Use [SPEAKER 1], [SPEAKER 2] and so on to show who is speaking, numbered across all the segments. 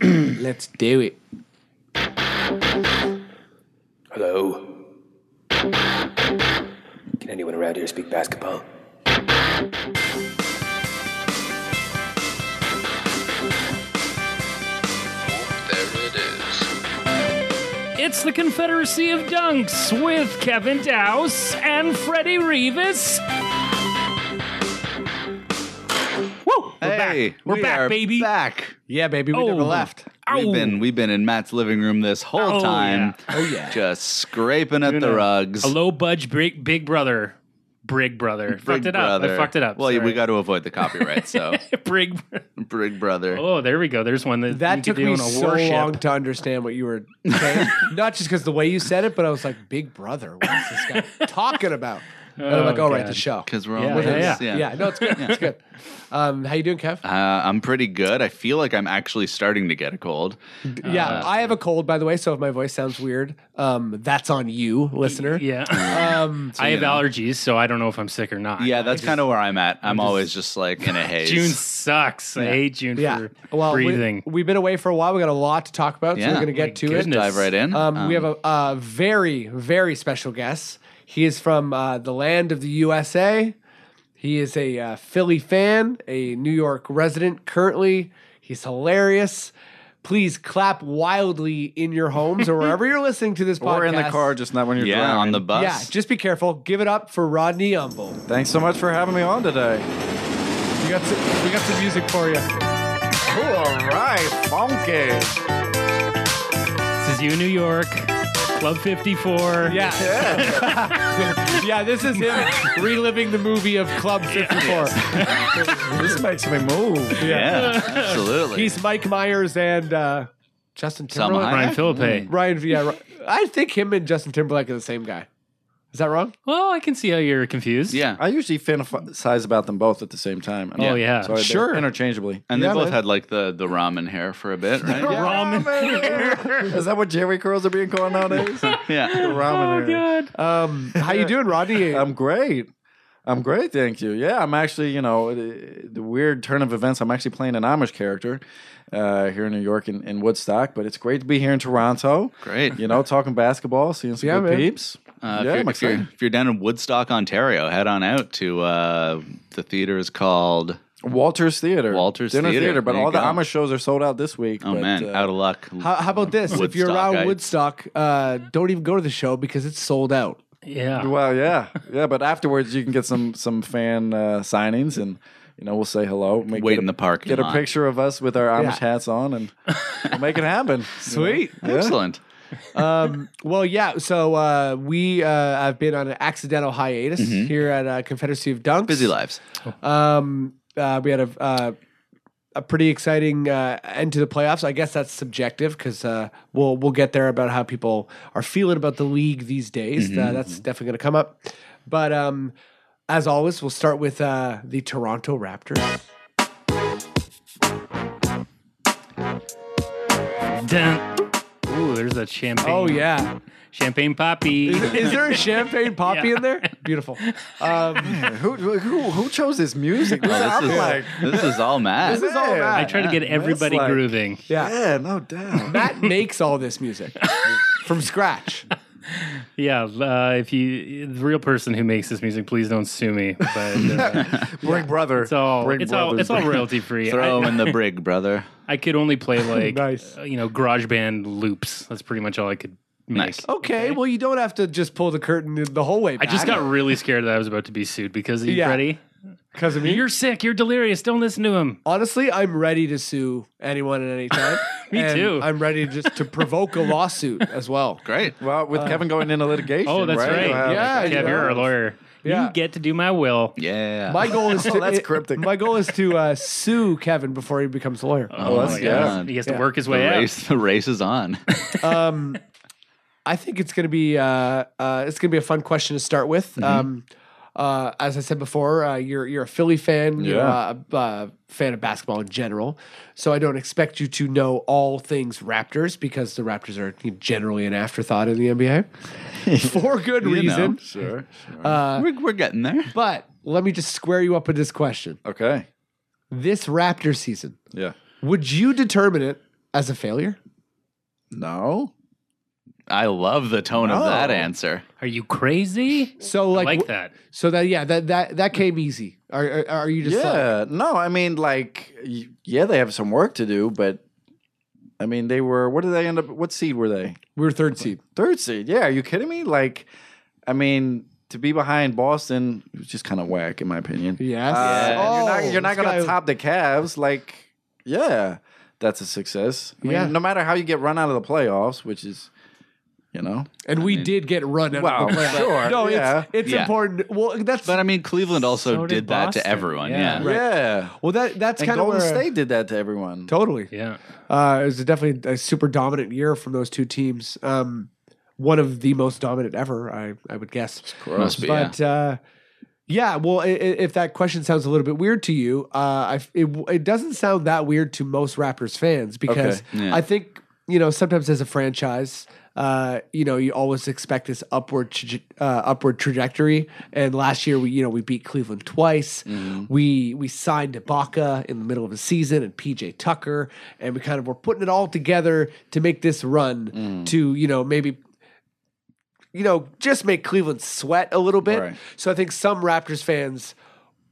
[SPEAKER 1] Let's do it.
[SPEAKER 2] Hello. Can anyone around here speak basketball?
[SPEAKER 3] There it is.
[SPEAKER 4] It's the Confederacy of Dunks with Kevin Dowse and Freddie Rivas. Woo! We're
[SPEAKER 5] hey,
[SPEAKER 4] back. We're
[SPEAKER 5] we
[SPEAKER 4] back,
[SPEAKER 5] are
[SPEAKER 4] baby.
[SPEAKER 5] Back.
[SPEAKER 1] Yeah, baby, we
[SPEAKER 4] Oh.
[SPEAKER 1] never left.
[SPEAKER 5] Left.
[SPEAKER 4] Ow.
[SPEAKER 5] We've been we've been in Matt's living room this whole
[SPEAKER 4] Oh,
[SPEAKER 5] time.
[SPEAKER 4] yeah.
[SPEAKER 5] Oh yeah. Just scraping at the
[SPEAKER 4] know,
[SPEAKER 5] rugs.
[SPEAKER 4] A low budge big, big brother. Brig brother. fucked
[SPEAKER 5] Brig
[SPEAKER 4] it up. I
[SPEAKER 5] Brother.
[SPEAKER 4] fucked it up.
[SPEAKER 5] Well,
[SPEAKER 4] Sorry.
[SPEAKER 5] we got to avoid the copyright. So,
[SPEAKER 4] Brig.
[SPEAKER 5] Brig Brother.
[SPEAKER 4] Oh, there we go. There's one that, you
[SPEAKER 1] That took
[SPEAKER 4] could do
[SPEAKER 1] me
[SPEAKER 4] in a
[SPEAKER 1] so
[SPEAKER 4] warship.
[SPEAKER 1] long to understand what you were saying. Not just because the way you said it, but I was like, Big Brother, what is this guy talking about? And I'm like,
[SPEAKER 4] Oh,
[SPEAKER 1] all right,
[SPEAKER 4] God.
[SPEAKER 1] the show.
[SPEAKER 5] Because we're
[SPEAKER 4] Yeah,
[SPEAKER 5] all with
[SPEAKER 4] yeah,
[SPEAKER 5] us.
[SPEAKER 4] yeah.
[SPEAKER 5] Yeah.
[SPEAKER 1] Yeah, no, it's good. It's good. Um, how you doing, Kev?
[SPEAKER 5] Uh, I'm pretty good. I feel like I'm actually starting to get a cold.
[SPEAKER 1] yeah,
[SPEAKER 4] uh,
[SPEAKER 1] I have a cold, by the way. So if my voice sounds weird, um, that's on you, listener.
[SPEAKER 4] Yeah.
[SPEAKER 1] Um,
[SPEAKER 4] I have
[SPEAKER 5] know.
[SPEAKER 4] allergies, so I don't know if I'm sick or not.
[SPEAKER 5] Yeah, that's kind of where I'm at. I'm always just like in a haze.
[SPEAKER 4] June sucks. I hate June
[SPEAKER 1] yeah.
[SPEAKER 4] for
[SPEAKER 1] Well,
[SPEAKER 4] breathing. Oh
[SPEAKER 1] We, have been away for a while. We got a lot to talk about, so
[SPEAKER 5] Yeah.
[SPEAKER 1] we're going to
[SPEAKER 5] My
[SPEAKER 1] get to
[SPEAKER 4] goodness.
[SPEAKER 1] it.
[SPEAKER 5] Dive right in. Uh,
[SPEAKER 1] Um, we have a, a very, very special guest. He is from uh, the land of the USA. He is a uh, Philly fan, a New York resident currently. He's hilarious. Please clap wildly in your homes or wherever you're listening to this podcast.
[SPEAKER 6] Or in the car, just not when you're
[SPEAKER 5] yeah,
[SPEAKER 6] driving.
[SPEAKER 5] on the bus.
[SPEAKER 1] Yeah, just be careful. Give it up for Rodney Umble.
[SPEAKER 6] Thanks so much for having me on today. You got some, we got some music for you. all right, funky.
[SPEAKER 4] This is you, New York. Club 54.
[SPEAKER 1] Yeah. yeah, this is him reliving the movie of Club 54.
[SPEAKER 6] This makes me move.
[SPEAKER 5] yeah, absolutely.
[SPEAKER 1] He's Mike Myers and uh, Justin
[SPEAKER 5] Salma
[SPEAKER 1] Timberlake.
[SPEAKER 4] Brian
[SPEAKER 5] Hayek?
[SPEAKER 4] Philippe.
[SPEAKER 1] Ryan, yeah, Ri- I think him and Justin Timberlake are the same guy. Is that wrong?
[SPEAKER 4] Well, I can see how you're confused.
[SPEAKER 5] Yeah,
[SPEAKER 6] I usually fantasize about them both at the same time.
[SPEAKER 4] Oh, yeah.
[SPEAKER 6] So I- they're
[SPEAKER 1] Sure.
[SPEAKER 6] Interchangeably.
[SPEAKER 5] and they
[SPEAKER 1] Yeah,
[SPEAKER 5] both
[SPEAKER 1] man.
[SPEAKER 5] had like the the ramen hair for a bit, right?
[SPEAKER 4] Ramen.
[SPEAKER 6] Is that what Jerry curls are being called nowadays?
[SPEAKER 5] yeah. Uh,
[SPEAKER 6] Ramen.
[SPEAKER 4] Oh,
[SPEAKER 6] hair.
[SPEAKER 4] God.
[SPEAKER 1] Um, how you doing, Rodney?
[SPEAKER 6] I'm great. I'm great, thank you. Yeah, I'm actually, you know, the, the weird turn of events. I'm actually playing an Amish character uh, here in New York in, in Woodstock, but it's great to be here in Toronto.
[SPEAKER 5] Great.
[SPEAKER 6] You know, talking basketball, seeing some
[SPEAKER 1] Yeah,
[SPEAKER 6] good
[SPEAKER 1] man.
[SPEAKER 6] peeps.
[SPEAKER 5] Uh,
[SPEAKER 6] yeah,
[SPEAKER 5] if,
[SPEAKER 6] I'm
[SPEAKER 5] you're, if, you're,
[SPEAKER 6] excited.
[SPEAKER 5] if you're down in Woodstock, Ontario, head on out to uh, the theater is called.
[SPEAKER 6] Walters Theater.
[SPEAKER 5] Walters
[SPEAKER 6] Dinner
[SPEAKER 5] Theater,
[SPEAKER 6] Theater, but
[SPEAKER 5] there you
[SPEAKER 6] all the
[SPEAKER 5] go.
[SPEAKER 6] Amish shows are sold out this week.
[SPEAKER 5] Oh
[SPEAKER 6] but,
[SPEAKER 5] man,
[SPEAKER 6] uh,
[SPEAKER 5] out of luck.
[SPEAKER 1] how, how about this? if you're around
[SPEAKER 5] Woodstockites.
[SPEAKER 1] Woodstock, uh, don't even go to the show because it's sold out.
[SPEAKER 4] Yeah.
[SPEAKER 6] Well, yeah, yeah, but afterwards you can get some some fan uh, signings, and you know we'll say hello. Make,
[SPEAKER 5] Wait
[SPEAKER 6] get
[SPEAKER 5] in
[SPEAKER 6] a,
[SPEAKER 5] the parking
[SPEAKER 6] Get a
[SPEAKER 5] lot.
[SPEAKER 6] picture of us with our Amish
[SPEAKER 1] Yeah.
[SPEAKER 6] hats on, and we'll make it happen.
[SPEAKER 1] Sweet.
[SPEAKER 5] Excellent.
[SPEAKER 1] um, well, yeah. So uh, we uh, have been on an accidental hiatus here at uh, Confederacy of Dunks.
[SPEAKER 5] Busy lives.
[SPEAKER 1] Um, uh, we had a uh, a pretty exciting uh, end to the playoffs. I guess that's subjective because uh, we'll we'll get there about how people are feeling about the league these days.
[SPEAKER 4] Mm-hmm,
[SPEAKER 1] Uh, that's definitely going to come up. But um, as always, we'll start with uh, the Toronto Raptors.
[SPEAKER 4] Dun. Ooh, there's that champagne.
[SPEAKER 1] Oh yeah,
[SPEAKER 4] Champagne poppy.
[SPEAKER 1] is there a champagne poppy
[SPEAKER 4] Yeah.
[SPEAKER 1] in there? Beautiful. Um,
[SPEAKER 6] Who, who who chose this music? This
[SPEAKER 5] Oh,
[SPEAKER 6] I'm
[SPEAKER 5] this, is,
[SPEAKER 6] like,
[SPEAKER 5] this is all Matt.
[SPEAKER 1] this is all
[SPEAKER 4] I
[SPEAKER 1] Matt.
[SPEAKER 4] try to get everybody
[SPEAKER 6] like-
[SPEAKER 4] grooving.
[SPEAKER 1] Yeah,
[SPEAKER 6] yeah, no doubt.
[SPEAKER 1] Matt makes all this music from scratch.
[SPEAKER 4] Yeah. Uh, if you, the real person who makes this music, please don't sue me. But uh,
[SPEAKER 6] Bring brother.
[SPEAKER 4] it's all,
[SPEAKER 6] Bring
[SPEAKER 4] it's all,
[SPEAKER 6] brothers.
[SPEAKER 4] it's all royalty free.
[SPEAKER 5] Throw
[SPEAKER 4] I,
[SPEAKER 5] in the brig, brother.
[SPEAKER 4] I could only play like,
[SPEAKER 1] Nice.
[SPEAKER 4] uh, you know, garage band loops. That's pretty much all I could make.
[SPEAKER 5] Nice.
[SPEAKER 6] Oh.
[SPEAKER 1] Okay, well, you don't have to just pull the curtain the whole way
[SPEAKER 4] I
[SPEAKER 1] back.
[SPEAKER 4] just got really scared that I was about to be sued because of you,
[SPEAKER 1] Yeah.
[SPEAKER 4] Freddie.
[SPEAKER 1] because of me.
[SPEAKER 4] You're sick. You're delirious. Don't listen to him.
[SPEAKER 1] Honestly, I'm ready to sue anyone at any time.
[SPEAKER 4] Me
[SPEAKER 1] And
[SPEAKER 4] too.
[SPEAKER 1] I'm ready just to provoke a lawsuit as well.
[SPEAKER 5] Great.
[SPEAKER 6] Well, with Kevin going into litigation.
[SPEAKER 4] Oh, that's right.
[SPEAKER 6] You have-
[SPEAKER 1] Yeah,
[SPEAKER 4] Kev,
[SPEAKER 1] you
[SPEAKER 4] you're
[SPEAKER 1] know.
[SPEAKER 4] a lawyer.
[SPEAKER 1] Yeah.
[SPEAKER 4] You get to do my will.
[SPEAKER 5] Yeah.
[SPEAKER 1] My goal is to
[SPEAKER 6] Oh, that's cryptic.
[SPEAKER 1] My goal is to uh, sue Kevin before he becomes a lawyer.
[SPEAKER 6] Oh,
[SPEAKER 4] my
[SPEAKER 6] that's
[SPEAKER 4] God.
[SPEAKER 6] yeah.
[SPEAKER 4] He has
[SPEAKER 1] Yeah.
[SPEAKER 4] to work his
[SPEAKER 5] the
[SPEAKER 4] way out.
[SPEAKER 5] race, the race is on.
[SPEAKER 1] Um, I think it's gonna be uh, uh, it's gonna be a fun question to start with.
[SPEAKER 6] Mm-hmm.
[SPEAKER 1] Um, uh, as I said before, uh, you're you're a Philly fan. You're
[SPEAKER 6] Yeah.
[SPEAKER 1] a, a fan of basketball in general, so I don't expect you to know all things Raptors because the Raptors are generally an afterthought in the NBA for good
[SPEAKER 5] You know.
[SPEAKER 1] reason.
[SPEAKER 6] Sure.
[SPEAKER 4] Uh,
[SPEAKER 6] Uh,
[SPEAKER 5] we're, we're getting there.
[SPEAKER 1] But let me just square you up with this question.
[SPEAKER 6] Okay.
[SPEAKER 1] This Raptor season,
[SPEAKER 6] Yeah.
[SPEAKER 1] would you determine it as a failure?
[SPEAKER 6] No.
[SPEAKER 5] I love the tone of that
[SPEAKER 6] No.
[SPEAKER 5] answer.
[SPEAKER 4] Are you crazy?
[SPEAKER 1] So
[SPEAKER 4] I
[SPEAKER 1] like,
[SPEAKER 4] like
[SPEAKER 1] w-
[SPEAKER 4] that.
[SPEAKER 1] so that yeah, that that that came easy. Are are, are you just like,
[SPEAKER 6] yeah. no, I mean, like, y- yeah, they have some work to do, but I mean, they were, what did they end up, what seed were they?
[SPEAKER 1] we were third seed?
[SPEAKER 6] Third seed. Yeah. Are you kidding me? Like, I mean, to be behind Boston was just kind of whack, in my opinion.
[SPEAKER 1] Yes.
[SPEAKER 6] Uh, and
[SPEAKER 1] Oh,
[SPEAKER 6] you're not, you're not
[SPEAKER 1] this
[SPEAKER 6] going
[SPEAKER 1] guy-
[SPEAKER 6] to top the Cavs. Like, yeah, that's a success. I mean,
[SPEAKER 1] Yeah.
[SPEAKER 6] no matter how you get run out of the playoffs, which is, you know,
[SPEAKER 1] And we did get run out
[SPEAKER 6] Well,
[SPEAKER 1] of the playoff.
[SPEAKER 6] sure,
[SPEAKER 1] No,
[SPEAKER 6] yeah.
[SPEAKER 1] it's it's
[SPEAKER 5] Yeah.
[SPEAKER 1] important. Well, that's
[SPEAKER 5] But I mean, Cleveland also
[SPEAKER 4] So
[SPEAKER 5] did,
[SPEAKER 4] did
[SPEAKER 5] that to
[SPEAKER 4] Boston,
[SPEAKER 5] everyone.
[SPEAKER 4] yeah.
[SPEAKER 5] Yeah.
[SPEAKER 6] yeah.
[SPEAKER 1] well that that's
[SPEAKER 6] And
[SPEAKER 1] kind of
[SPEAKER 6] Golden
[SPEAKER 1] where
[SPEAKER 6] State did that to everyone.
[SPEAKER 1] totally.
[SPEAKER 4] Yeah.
[SPEAKER 1] Uh, it was definitely a super dominant year from those two teams. Um, one of the most dominant ever, I I would guess.
[SPEAKER 5] Must be. yeah.
[SPEAKER 1] but uh, yeah, well, i- i- if that question sounds a little bit weird to you, uh, I f it, w- it doesn't sound that weird to most Raptors fans because
[SPEAKER 5] Okay, yeah.
[SPEAKER 1] I think you know sometimes as a franchise, uh, you know, you always expect this upward traje- uh, upward trajectory. And last year, we you know we beat Cleveland twice.
[SPEAKER 5] Mm-hmm.
[SPEAKER 1] We we signed Ibaka in the middle of the season and PJ Tucker, and we kind of were putting it all together to make this run
[SPEAKER 5] Mm.
[SPEAKER 1] to you know maybe you know, just make Cleveland sweat a little bit.
[SPEAKER 6] Right.
[SPEAKER 1] So I think some Raptors fans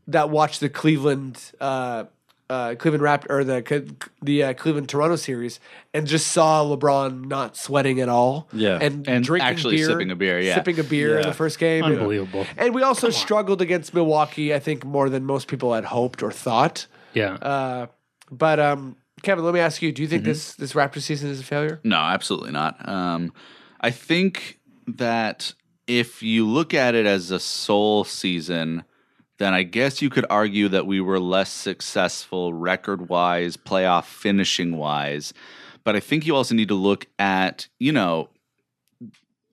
[SPEAKER 1] that watch the Cleveland, uh, uh, Cleveland Raptor or the the uh, Cleveland Toronto series and just saw LeBron not sweating at all.
[SPEAKER 6] Yeah.
[SPEAKER 1] and,
[SPEAKER 5] And
[SPEAKER 1] drinking
[SPEAKER 5] actually
[SPEAKER 1] beer,
[SPEAKER 5] sipping a beer, yeah.
[SPEAKER 1] sipping a beer in
[SPEAKER 6] Yeah.
[SPEAKER 1] the first game.
[SPEAKER 4] Unbelievable.
[SPEAKER 1] And we also struggled against Milwaukee, I think, more than most people had hoped or thought.
[SPEAKER 4] Yeah.
[SPEAKER 1] Uh, but um, Kevin, let me ask you: Do you think
[SPEAKER 6] Mm-hmm.
[SPEAKER 1] this this Raptor season is a failure?
[SPEAKER 5] No, absolutely not. Um, I think that if you look at it as a sole season, then I guess you could argue that we were less successful record wise, playoff finishing wise. But I think you also need to look at, you know,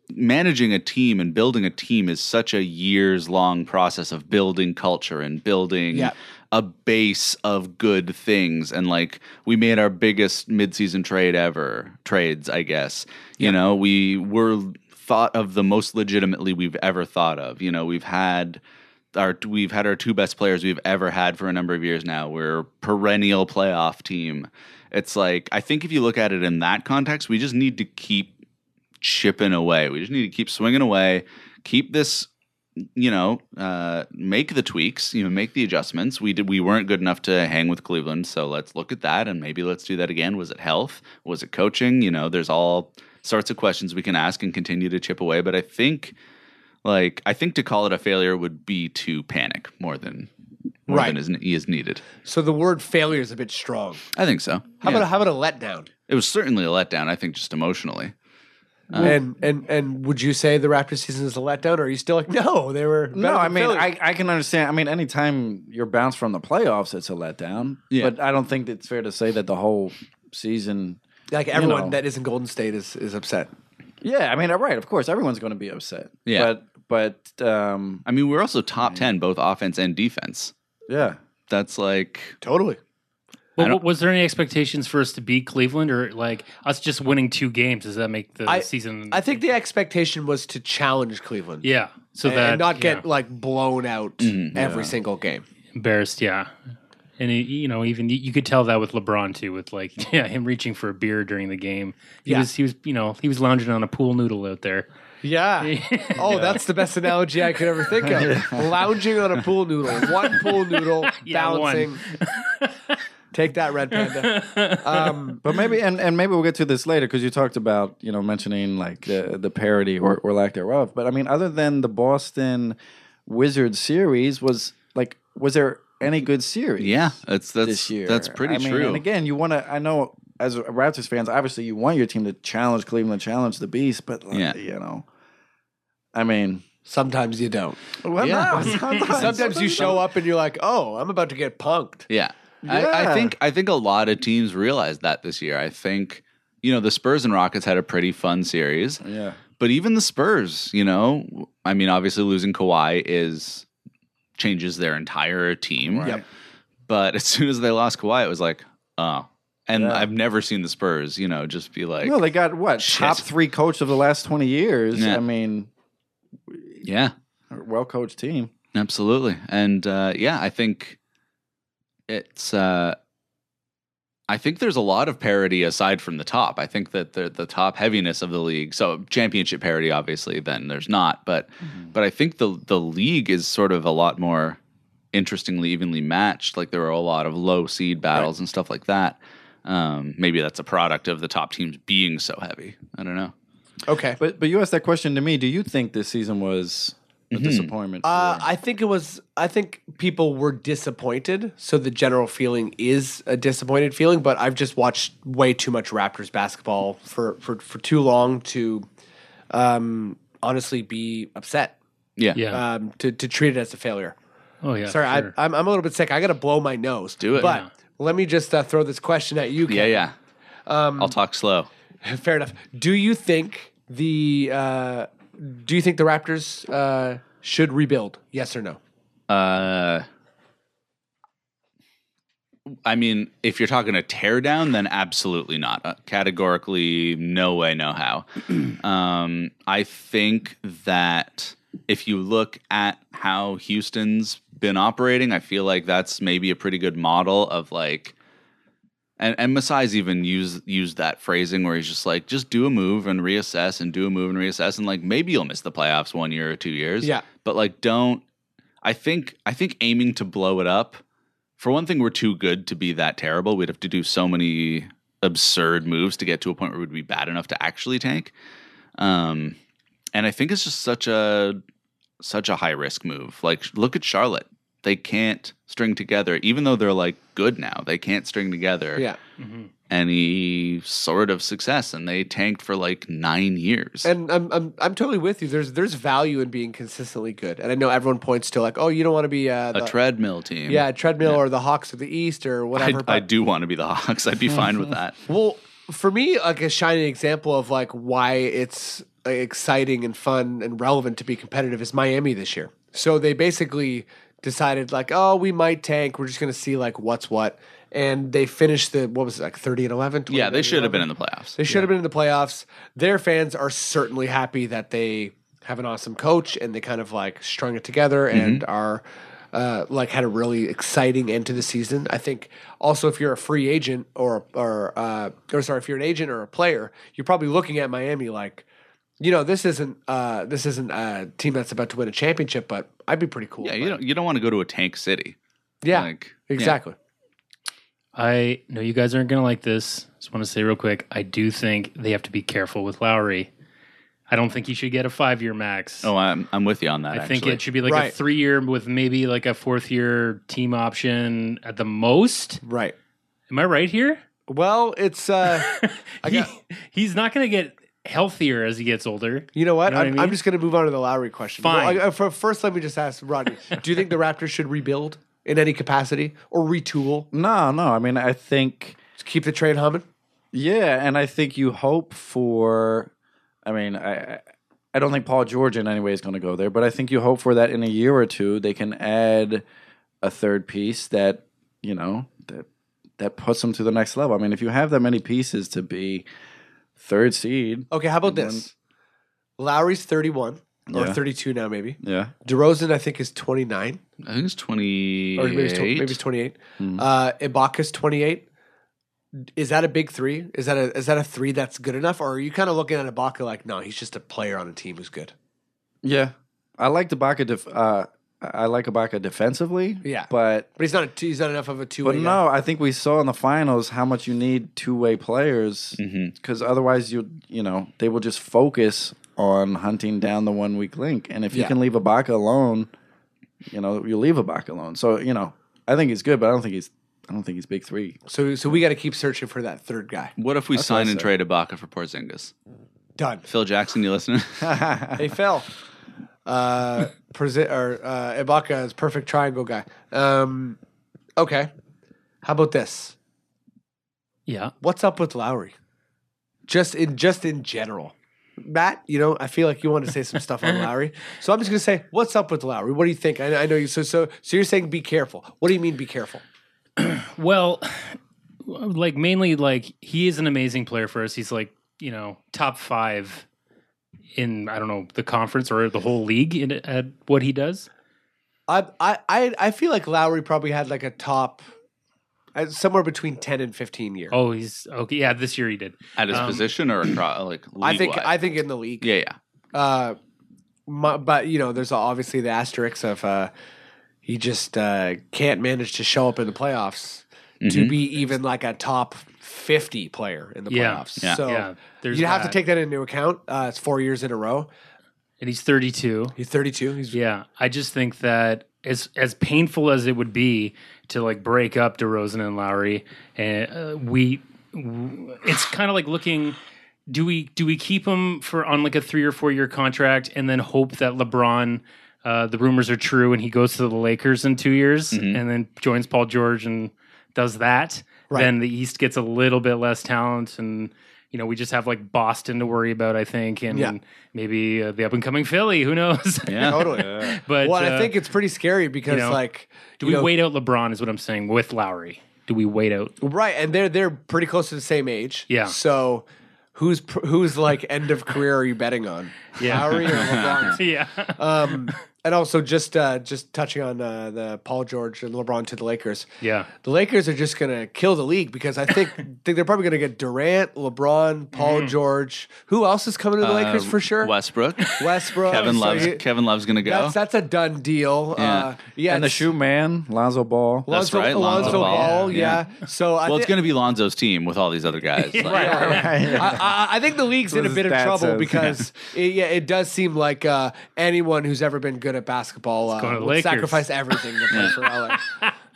[SPEAKER 5] managing a team and building a team is such a years long process of building culture and building
[SPEAKER 1] Yeah.
[SPEAKER 5] a base of good things and like we made our biggest midseason trade ever trades i guess you know we were thought of the most legitimately we've ever thought of you know we've had our we've had our two best players we've ever had for a number of years now we're a perennial playoff team it's like i think if you look at it in that context we just need to keep chipping away. We just need to keep swinging away, keep this, you know, uh, make the tweaks, you know, make the adjustments. We did, we weren't good enough to hang with Cleveland, so let's look at that and maybe let's do that again. Was it health? Was it coaching? You know, there's all sorts of questions we can ask and continue to chip away. But I think, like, I think to call it a failure would be to panic more than more
[SPEAKER 1] Right.
[SPEAKER 5] than is, is needed.
[SPEAKER 1] So the word failure is a bit strong.
[SPEAKER 5] I think so.
[SPEAKER 1] How
[SPEAKER 5] Yeah.
[SPEAKER 1] about how about a letdown?
[SPEAKER 5] it was certainly a letdown. I think just emotionally.
[SPEAKER 1] and and and would you say the Raptors season is a letdown, or are you still like, no, they were? better
[SPEAKER 6] No, I
[SPEAKER 1] than
[SPEAKER 6] mean,
[SPEAKER 1] Philly?
[SPEAKER 6] I, I can understand. I mean, anytime you're bounced from the playoffs, it's a letdown.
[SPEAKER 5] Yeah.
[SPEAKER 6] But I don't think it's fair to say that the whole season.
[SPEAKER 1] like everyone
[SPEAKER 6] know.
[SPEAKER 1] that isn't Golden State is is upset.
[SPEAKER 6] Yeah, I mean, uh, right. Of course, everyone's going to be upset.
[SPEAKER 5] Yeah.
[SPEAKER 6] But, but um,
[SPEAKER 5] I mean, we're also top ten both offense and defense.
[SPEAKER 6] yeah.
[SPEAKER 5] that's like
[SPEAKER 1] Totally.
[SPEAKER 5] I
[SPEAKER 4] Well,
[SPEAKER 5] don't-
[SPEAKER 4] was there any expectations for us to beat Cleveland or like us just winning two games? Does that make the
[SPEAKER 1] I-
[SPEAKER 4] season?
[SPEAKER 1] I think the expectation was to challenge Cleveland,
[SPEAKER 4] yeah. So
[SPEAKER 1] and,
[SPEAKER 4] that
[SPEAKER 1] and not
[SPEAKER 4] yeah,
[SPEAKER 1] get like blown out every single game.
[SPEAKER 4] embarrassed. Yeah. And it, you know, even you could tell that with LeBron too, with like yeah, him reaching for a beer during the game. He
[SPEAKER 1] Yeah.
[SPEAKER 4] was he was you know he was lounging on a pool noodle out there.
[SPEAKER 1] Yeah. Oh, that's the best analogy I could ever think of. Lounging on a pool noodle, one pool noodle
[SPEAKER 4] Yeah, one.
[SPEAKER 1] balancing. Take that, red panda. Um,
[SPEAKER 6] But maybe, and, and maybe we'll get to this later because you talked about, you know, mentioning like the, the parody or, or lack thereof. But I mean, other than the Boston Wizards series, was like, was there any good series?
[SPEAKER 5] yeah, that's that's
[SPEAKER 6] this year.
[SPEAKER 5] that's pretty
[SPEAKER 6] I mean,
[SPEAKER 5] true.
[SPEAKER 6] And again, you want to. I know as Raptors fans, obviously you want your team to challenge Cleveland, challenge the beast, but like,
[SPEAKER 5] Yeah.
[SPEAKER 6] you know, I mean,
[SPEAKER 1] sometimes you don't.
[SPEAKER 6] well,
[SPEAKER 5] Yeah.
[SPEAKER 6] no, sometimes,
[SPEAKER 1] Sometimes you show up and you're like, oh, I'm about to get punked.
[SPEAKER 5] yeah, I, I
[SPEAKER 6] Yeah.
[SPEAKER 5] think I think a lot of teams realized that this year. I think you know the Spurs and Rockets had a pretty fun series,
[SPEAKER 6] Yeah,
[SPEAKER 5] but even the Spurs, you know, I mean, obviously losing Kawhi is changes their entire team.
[SPEAKER 6] Right. Yep.
[SPEAKER 5] But as soon as they lost Kawhi, it was like, oh. And
[SPEAKER 6] Yeah.
[SPEAKER 5] I've never seen the Spurs, you know, just be like,
[SPEAKER 6] no, they got what
[SPEAKER 5] Shit.
[SPEAKER 6] top three coach of the last twenty years.
[SPEAKER 5] Yeah.
[SPEAKER 6] I mean,
[SPEAKER 5] yeah.
[SPEAKER 6] well coached team.
[SPEAKER 5] Absolutely. And uh, yeah, I think it's uh, I think there's a lot of parity aside from the top. I think that the the top heaviness of the league. So championship parity, obviously, then there's not. But but I think the the league is sort of a lot more interestingly evenly matched. Like there are a lot of low seed battles and stuff like that. Um, maybe that's a product of the top teams being so heavy. I don't know.
[SPEAKER 1] Okay.
[SPEAKER 6] But but you asked that question to me. Do you think this season was a disappointment? for-
[SPEAKER 1] Uh, I think it was. I think people were disappointed. So the general feeling is a disappointed feeling. But I've just watched way too much Raptors basketball for for, for too long to um, honestly be upset.
[SPEAKER 5] Yeah.
[SPEAKER 4] Yeah.
[SPEAKER 1] Um, to to treat it as a failure.
[SPEAKER 4] oh yeah.
[SPEAKER 1] Sorry,
[SPEAKER 4] sure.
[SPEAKER 1] I, I'm I'm a little bit sick. I got to blow my nose.
[SPEAKER 5] Do it.
[SPEAKER 1] But
[SPEAKER 5] Yeah.
[SPEAKER 1] let me just uh, throw this question at you. Ken.
[SPEAKER 5] Yeah. Yeah. I'll talk slow.
[SPEAKER 1] Fair enough. Do you think the uh, Do you think the Raptors uh, should rebuild? Yes or no?
[SPEAKER 5] Uh, I mean, if you're talking a teardown, then absolutely not. Uh, categorically, no way, no how. um, I think that if you look at how Houston's been operating, I feel like that's maybe a pretty good model of like and and Masai's even used used that phrasing where he's just like, just do a move and reassess and do a move and reassess and like maybe you'll miss the playoffs one year or two years.
[SPEAKER 1] Yeah.
[SPEAKER 5] But like don't I think I think aiming to blow it up, for one thing, we're too good to be that terrible. We'd have to do so many absurd moves to get to a point where we'd be bad enough to actually tank. Um and I think it's just such a such a high risk move. Like look at Charlotte. They can't string together, even though they're like good now, they can't string together
[SPEAKER 1] Yeah.
[SPEAKER 4] Mm-hmm.
[SPEAKER 5] any sort of success, and they tanked for like nine years.
[SPEAKER 1] And I'm I'm I'm totally with you. There's there's value in being consistently good. And I know everyone points to like, oh, you don't want to be uh,
[SPEAKER 5] a
[SPEAKER 1] the-
[SPEAKER 5] treadmill team.
[SPEAKER 1] yeah, a treadmill or the Hawks of the East or
[SPEAKER 5] I,
[SPEAKER 1] whatever.
[SPEAKER 5] I
[SPEAKER 1] but- Mm-hmm.
[SPEAKER 5] do want to be the Hawks. I'd be fine with that.
[SPEAKER 1] Well, for me, like a shining example of like why it's uh, exciting and fun and relevant to be competitive is Miami this year. So they basically decided like, oh, we might tank. We're just going to see like what's what. And they finished the what was it like thirty and eleven.
[SPEAKER 5] Yeah,
[SPEAKER 1] 29
[SPEAKER 5] they
[SPEAKER 1] and
[SPEAKER 5] should
[SPEAKER 1] 11?
[SPEAKER 5] have been in the playoffs.
[SPEAKER 1] They should have been in the playoffs. Their fans are certainly happy that they have an awesome coach and they kind of like strung it together
[SPEAKER 5] Mm-hmm.
[SPEAKER 1] and are uh, like had a really exciting end to the season. I think also if you're a free agent or or uh, or sorry, if you're an agent or a player, you're probably looking at Miami like, you know, this isn't uh, this isn't a team that's about to win a championship, but I'd be pretty cool.
[SPEAKER 5] Yeah,
[SPEAKER 1] if
[SPEAKER 5] you
[SPEAKER 1] I-
[SPEAKER 5] don't you don't want to go to a tank city.
[SPEAKER 1] yeah,
[SPEAKER 5] like, yeah.
[SPEAKER 1] exactly.
[SPEAKER 4] I know you guys aren't going to like this. Just want to say real quick, I do think they have to be careful with Lowry. I don't think he should get a five year max.
[SPEAKER 5] Oh, I'm I'm with you on that.
[SPEAKER 4] I think
[SPEAKER 5] actually.
[SPEAKER 4] it should be like a
[SPEAKER 1] Right.
[SPEAKER 4] three year with maybe like a fourth year team option at the most.
[SPEAKER 1] Right.
[SPEAKER 4] Am I right here?
[SPEAKER 1] Well, it's uh, I
[SPEAKER 4] He-
[SPEAKER 1] got-
[SPEAKER 4] he's not going to get healthier as he gets older.
[SPEAKER 1] You know what?
[SPEAKER 4] know what I
[SPEAKER 1] I'm,
[SPEAKER 4] mean?
[SPEAKER 1] I'm just going to move on to the Lowry question.
[SPEAKER 4] Fine.
[SPEAKER 1] Well, I- for- first, let me just ask Rodney: Do you think the Raptors should rebuild in any capacity or retool
[SPEAKER 6] no, no. I mean, I think
[SPEAKER 1] to keep the train humming?
[SPEAKER 6] yeah, and I think you hope for. I mean, I I- I don't think Paul George in any way is going to go there, but I think you hope for that in a year or two they can add a third piece that you know that that puts them to the next level. I mean, if you have that many pieces to be third seed,
[SPEAKER 1] Okay, how about this? Lowry's 31 or
[SPEAKER 6] Yeah.
[SPEAKER 1] 32 now, maybe.
[SPEAKER 6] yeah,
[SPEAKER 1] DeRozan, I think, is 29
[SPEAKER 5] I think it's twenty
[SPEAKER 1] or maybe it's, tw- maybe it's 28. Uh, Ibaka's 28. Is that a big three? Is that a is that a three that's good enough, or are you kind of looking at Ibaka like, no, he's just a player on a team who's good?
[SPEAKER 6] Yeah, I like Ibaka. Def- uh, I like Ibaka defensively.
[SPEAKER 1] Yeah.
[SPEAKER 6] but
[SPEAKER 1] But he's not a two, he's not enough of a two.
[SPEAKER 6] but no, I think we saw in the finals how much you need two way players
[SPEAKER 5] Mm-hmm.
[SPEAKER 1] Mm-hmm. Mm.
[SPEAKER 6] because otherwise you you know they will just focus on hunting down the one weak link, and if you
[SPEAKER 1] Yeah.
[SPEAKER 6] can leave Ibaka alone, you know you leave Ibaka alone. So you know I think he's good, but I don't think he's I don't think he's big three.
[SPEAKER 1] So so we got to keep searching for that third guy.
[SPEAKER 5] What if we
[SPEAKER 6] what I
[SPEAKER 5] sign and
[SPEAKER 6] said.
[SPEAKER 5] trade Ibaka for Porzingis?
[SPEAKER 1] Done.
[SPEAKER 5] Phil Jackson, you listening?
[SPEAKER 1] Hey, Phil. Uh, Prezi- or uh, Ibaka is perfect triangle guy. Um, okay. How about this?
[SPEAKER 4] Yeah.
[SPEAKER 1] What's up with Lowry? Just in just in general, Matt. You know, I feel like you want to say some stuff on Lowry, so I'm just gonna say, what's up with Lowry? What do you think? I, I know you. So so so you're saying be careful. What do you mean be careful?
[SPEAKER 4] Well, like mainly like he is an amazing player for us. He's like, you know, top 5 in I don't know, the conference or the whole league in at what he does.
[SPEAKER 1] I I I, I feel like Lowry probably had like a top uh, somewhere between ten and fifteen years.
[SPEAKER 4] Oh, he's okay. Yeah, this year he did.
[SPEAKER 5] At his
[SPEAKER 4] Um,
[SPEAKER 5] position or across, like
[SPEAKER 1] I think
[SPEAKER 5] league-wide?
[SPEAKER 1] I think in the league.
[SPEAKER 5] yeah, yeah.
[SPEAKER 1] Uh, my, but you know, there's obviously the asterisk of uh, he just uh, can't manage to show up in the playoffs to
[SPEAKER 5] Mhm.
[SPEAKER 1] be even like a top fifty player in the
[SPEAKER 4] Yeah.
[SPEAKER 1] playoffs.
[SPEAKER 5] Yeah.
[SPEAKER 1] So
[SPEAKER 4] yeah, there's
[SPEAKER 1] you have to
[SPEAKER 4] that.
[SPEAKER 1] take that into account. Uh, it's four years in a row.
[SPEAKER 4] and he's 32.
[SPEAKER 1] He's 32. He's
[SPEAKER 4] Yeah, I just think that as as painful as it would be to like break up DeRozan and Lowry, and uh, we, w- it's kind of like looking. Do we do we keep him for on like a three or four year contract and then hope that LeBron, uh, the rumors are true and he goes to the Lakers in two years
[SPEAKER 1] Mm-hmm.
[SPEAKER 4] and then joins Paul George and does that?
[SPEAKER 1] Right.
[SPEAKER 4] Then the East gets a little bit less talent and you know we just have like Boston to worry about I think and
[SPEAKER 1] Yeah.
[SPEAKER 4] maybe uh, the up and coming Philly who knows
[SPEAKER 5] Yeah.
[SPEAKER 1] totally.
[SPEAKER 4] but
[SPEAKER 1] well, and I
[SPEAKER 4] uh,
[SPEAKER 1] think it's pretty scary because
[SPEAKER 4] know,
[SPEAKER 1] like
[SPEAKER 4] do
[SPEAKER 1] you
[SPEAKER 4] we
[SPEAKER 1] know,
[SPEAKER 4] wait out LeBron? Is what I'm saying with Lowry. Do we wait out?
[SPEAKER 1] right? And they're they're pretty close to the same age.
[SPEAKER 4] Yeah.
[SPEAKER 1] So who's pr- who's like end of career are you betting on?
[SPEAKER 4] Yeah.
[SPEAKER 1] Lowry or LeBron?
[SPEAKER 4] Yeah,
[SPEAKER 1] um, and also just uh, just touching on uh, the Paul George and LeBron to the Lakers.
[SPEAKER 4] yeah,
[SPEAKER 1] The Lakers are just gonna kill the league because I think think they're probably gonna get Durant, LeBron, Paul
[SPEAKER 4] Mm.
[SPEAKER 1] George. Who else is coming to the Lakers
[SPEAKER 5] Uh,
[SPEAKER 1] for sure?
[SPEAKER 5] Westbrook,
[SPEAKER 1] Westbrook.
[SPEAKER 5] Kevin
[SPEAKER 1] So
[SPEAKER 5] Love's
[SPEAKER 1] he-
[SPEAKER 5] Kevin Love's gonna go.
[SPEAKER 1] That's that's a done deal.
[SPEAKER 5] Yeah.
[SPEAKER 1] Uh, yeah,
[SPEAKER 6] and the
[SPEAKER 1] it's-
[SPEAKER 6] shoe man, Lonzo Ball.
[SPEAKER 5] That's
[SPEAKER 1] Lonzo,
[SPEAKER 5] right,
[SPEAKER 1] Lonzo,
[SPEAKER 5] Lonzo
[SPEAKER 1] Ball.
[SPEAKER 5] Ball.
[SPEAKER 1] Yeah. So I
[SPEAKER 5] well, it's
[SPEAKER 1] thi-
[SPEAKER 5] going to be Lonzo's team with all these other guys. Like,
[SPEAKER 1] I, I, I think the league's in a
[SPEAKER 6] That's what
[SPEAKER 1] bit of
[SPEAKER 6] his dad
[SPEAKER 1] trouble
[SPEAKER 6] says.
[SPEAKER 1] because it, yeah, it does seem like uh, anyone who's ever been good at basketball uh,
[SPEAKER 4] going to the
[SPEAKER 1] would
[SPEAKER 4] Lakers.
[SPEAKER 1] sacrifice everything to play for LA.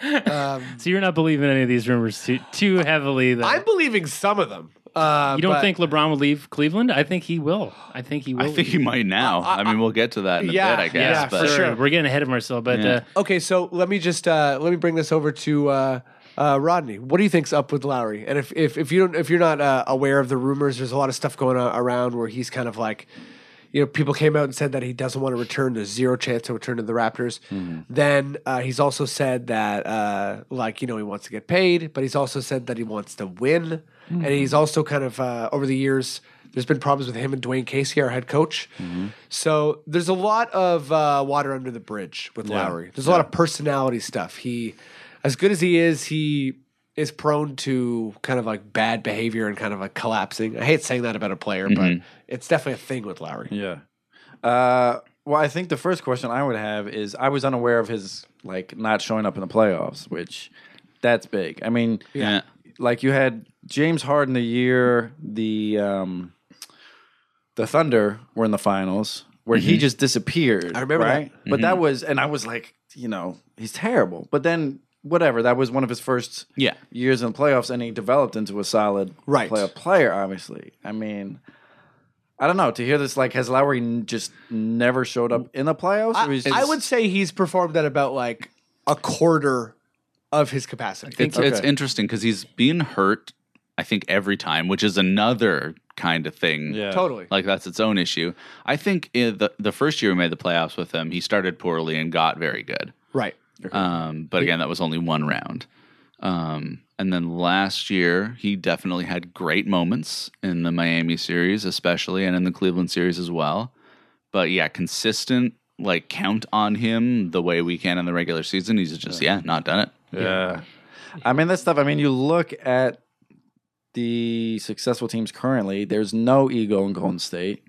[SPEAKER 4] So you're not believing any of these rumors too, too heavily. That
[SPEAKER 1] I'm believing some of them. Uh,
[SPEAKER 4] you don't
[SPEAKER 1] but-
[SPEAKER 4] think LeBron would leave Cleveland? I think he will. I think he will.
[SPEAKER 5] I think
[SPEAKER 4] leave.
[SPEAKER 5] he might now. I, mean, we'll get to that in a
[SPEAKER 1] Yeah,
[SPEAKER 5] bit, I
[SPEAKER 4] Yeah,
[SPEAKER 5] guess.
[SPEAKER 1] yeah,
[SPEAKER 5] but
[SPEAKER 4] for
[SPEAKER 1] Sure.
[SPEAKER 4] sure. We're getting ahead of ourselves, but
[SPEAKER 5] Yeah.
[SPEAKER 4] uh,
[SPEAKER 1] Okay, so let me just uh, let me bring this over to uh, uh, Rodney. What do you think's up with Lowry? And if if, if you don't if you're not uh, aware of the rumors, there's a lot of stuff going on around where he's kind of like, you know, people came out and said that he doesn't want to return. There's zero chance to return to the Raptors. Then uh, he's also said that uh, like you know he wants to get paid, but he's also said that he wants to win. And he's also kind of uh, over the years. There's been problems with him and Dwayne Casey, our head coach. So there's a lot of uh, water under the bridge with Lowry. There's a lot of personality stuff. He, as good as he is, he is prone to kind of like bad behavior and kind of like collapsing. I hate saying that about a player,
[SPEAKER 5] Mm-hmm.
[SPEAKER 1] but it's definitely a thing with Lowry.
[SPEAKER 6] Yeah. Uh, well, I think the first question I would have is I was unaware of his like not showing up in the playoffs, which that's big. I mean,
[SPEAKER 5] yeah.
[SPEAKER 6] like you had James Harden the year the um, the Thunder were in the finals where he just disappeared. I
[SPEAKER 1] Mm-hmm. remember that. Mm-hmm.
[SPEAKER 6] right? But that was, and I was like, you know, he's terrible. But then whatever, that was one of his first
[SPEAKER 5] Yeah.
[SPEAKER 6] years in the playoffs, and he developed into a solid
[SPEAKER 1] Right.
[SPEAKER 6] playoff player. Obviously, I mean. I don't know. To hear this, like, has Lowry n- just never showed up in the playoffs? Or
[SPEAKER 1] I,
[SPEAKER 6] he's
[SPEAKER 1] I
[SPEAKER 6] just-
[SPEAKER 1] would say he's performed at about like a quarter of his capacity.
[SPEAKER 5] It's, it's interesting because he's being hurt, I think, every time, which is another kind of thing.
[SPEAKER 6] Yeah.
[SPEAKER 1] totally.
[SPEAKER 5] Like that's its own issue. I think in the the first year we made the playoffs with him, he started poorly and got very good.
[SPEAKER 1] right.
[SPEAKER 5] Um, but again, that was only one round. Um, and then last year, he definitely had great moments in the Miami series, especially, and in the Cleveland series as well. But yeah, consistent, like count on him the way we can in the regular season. He's just, yeah, not done it.
[SPEAKER 6] Yeah. I mean, that stuff. I mean, you look at the successful teams currently, there's no ego in Golden State.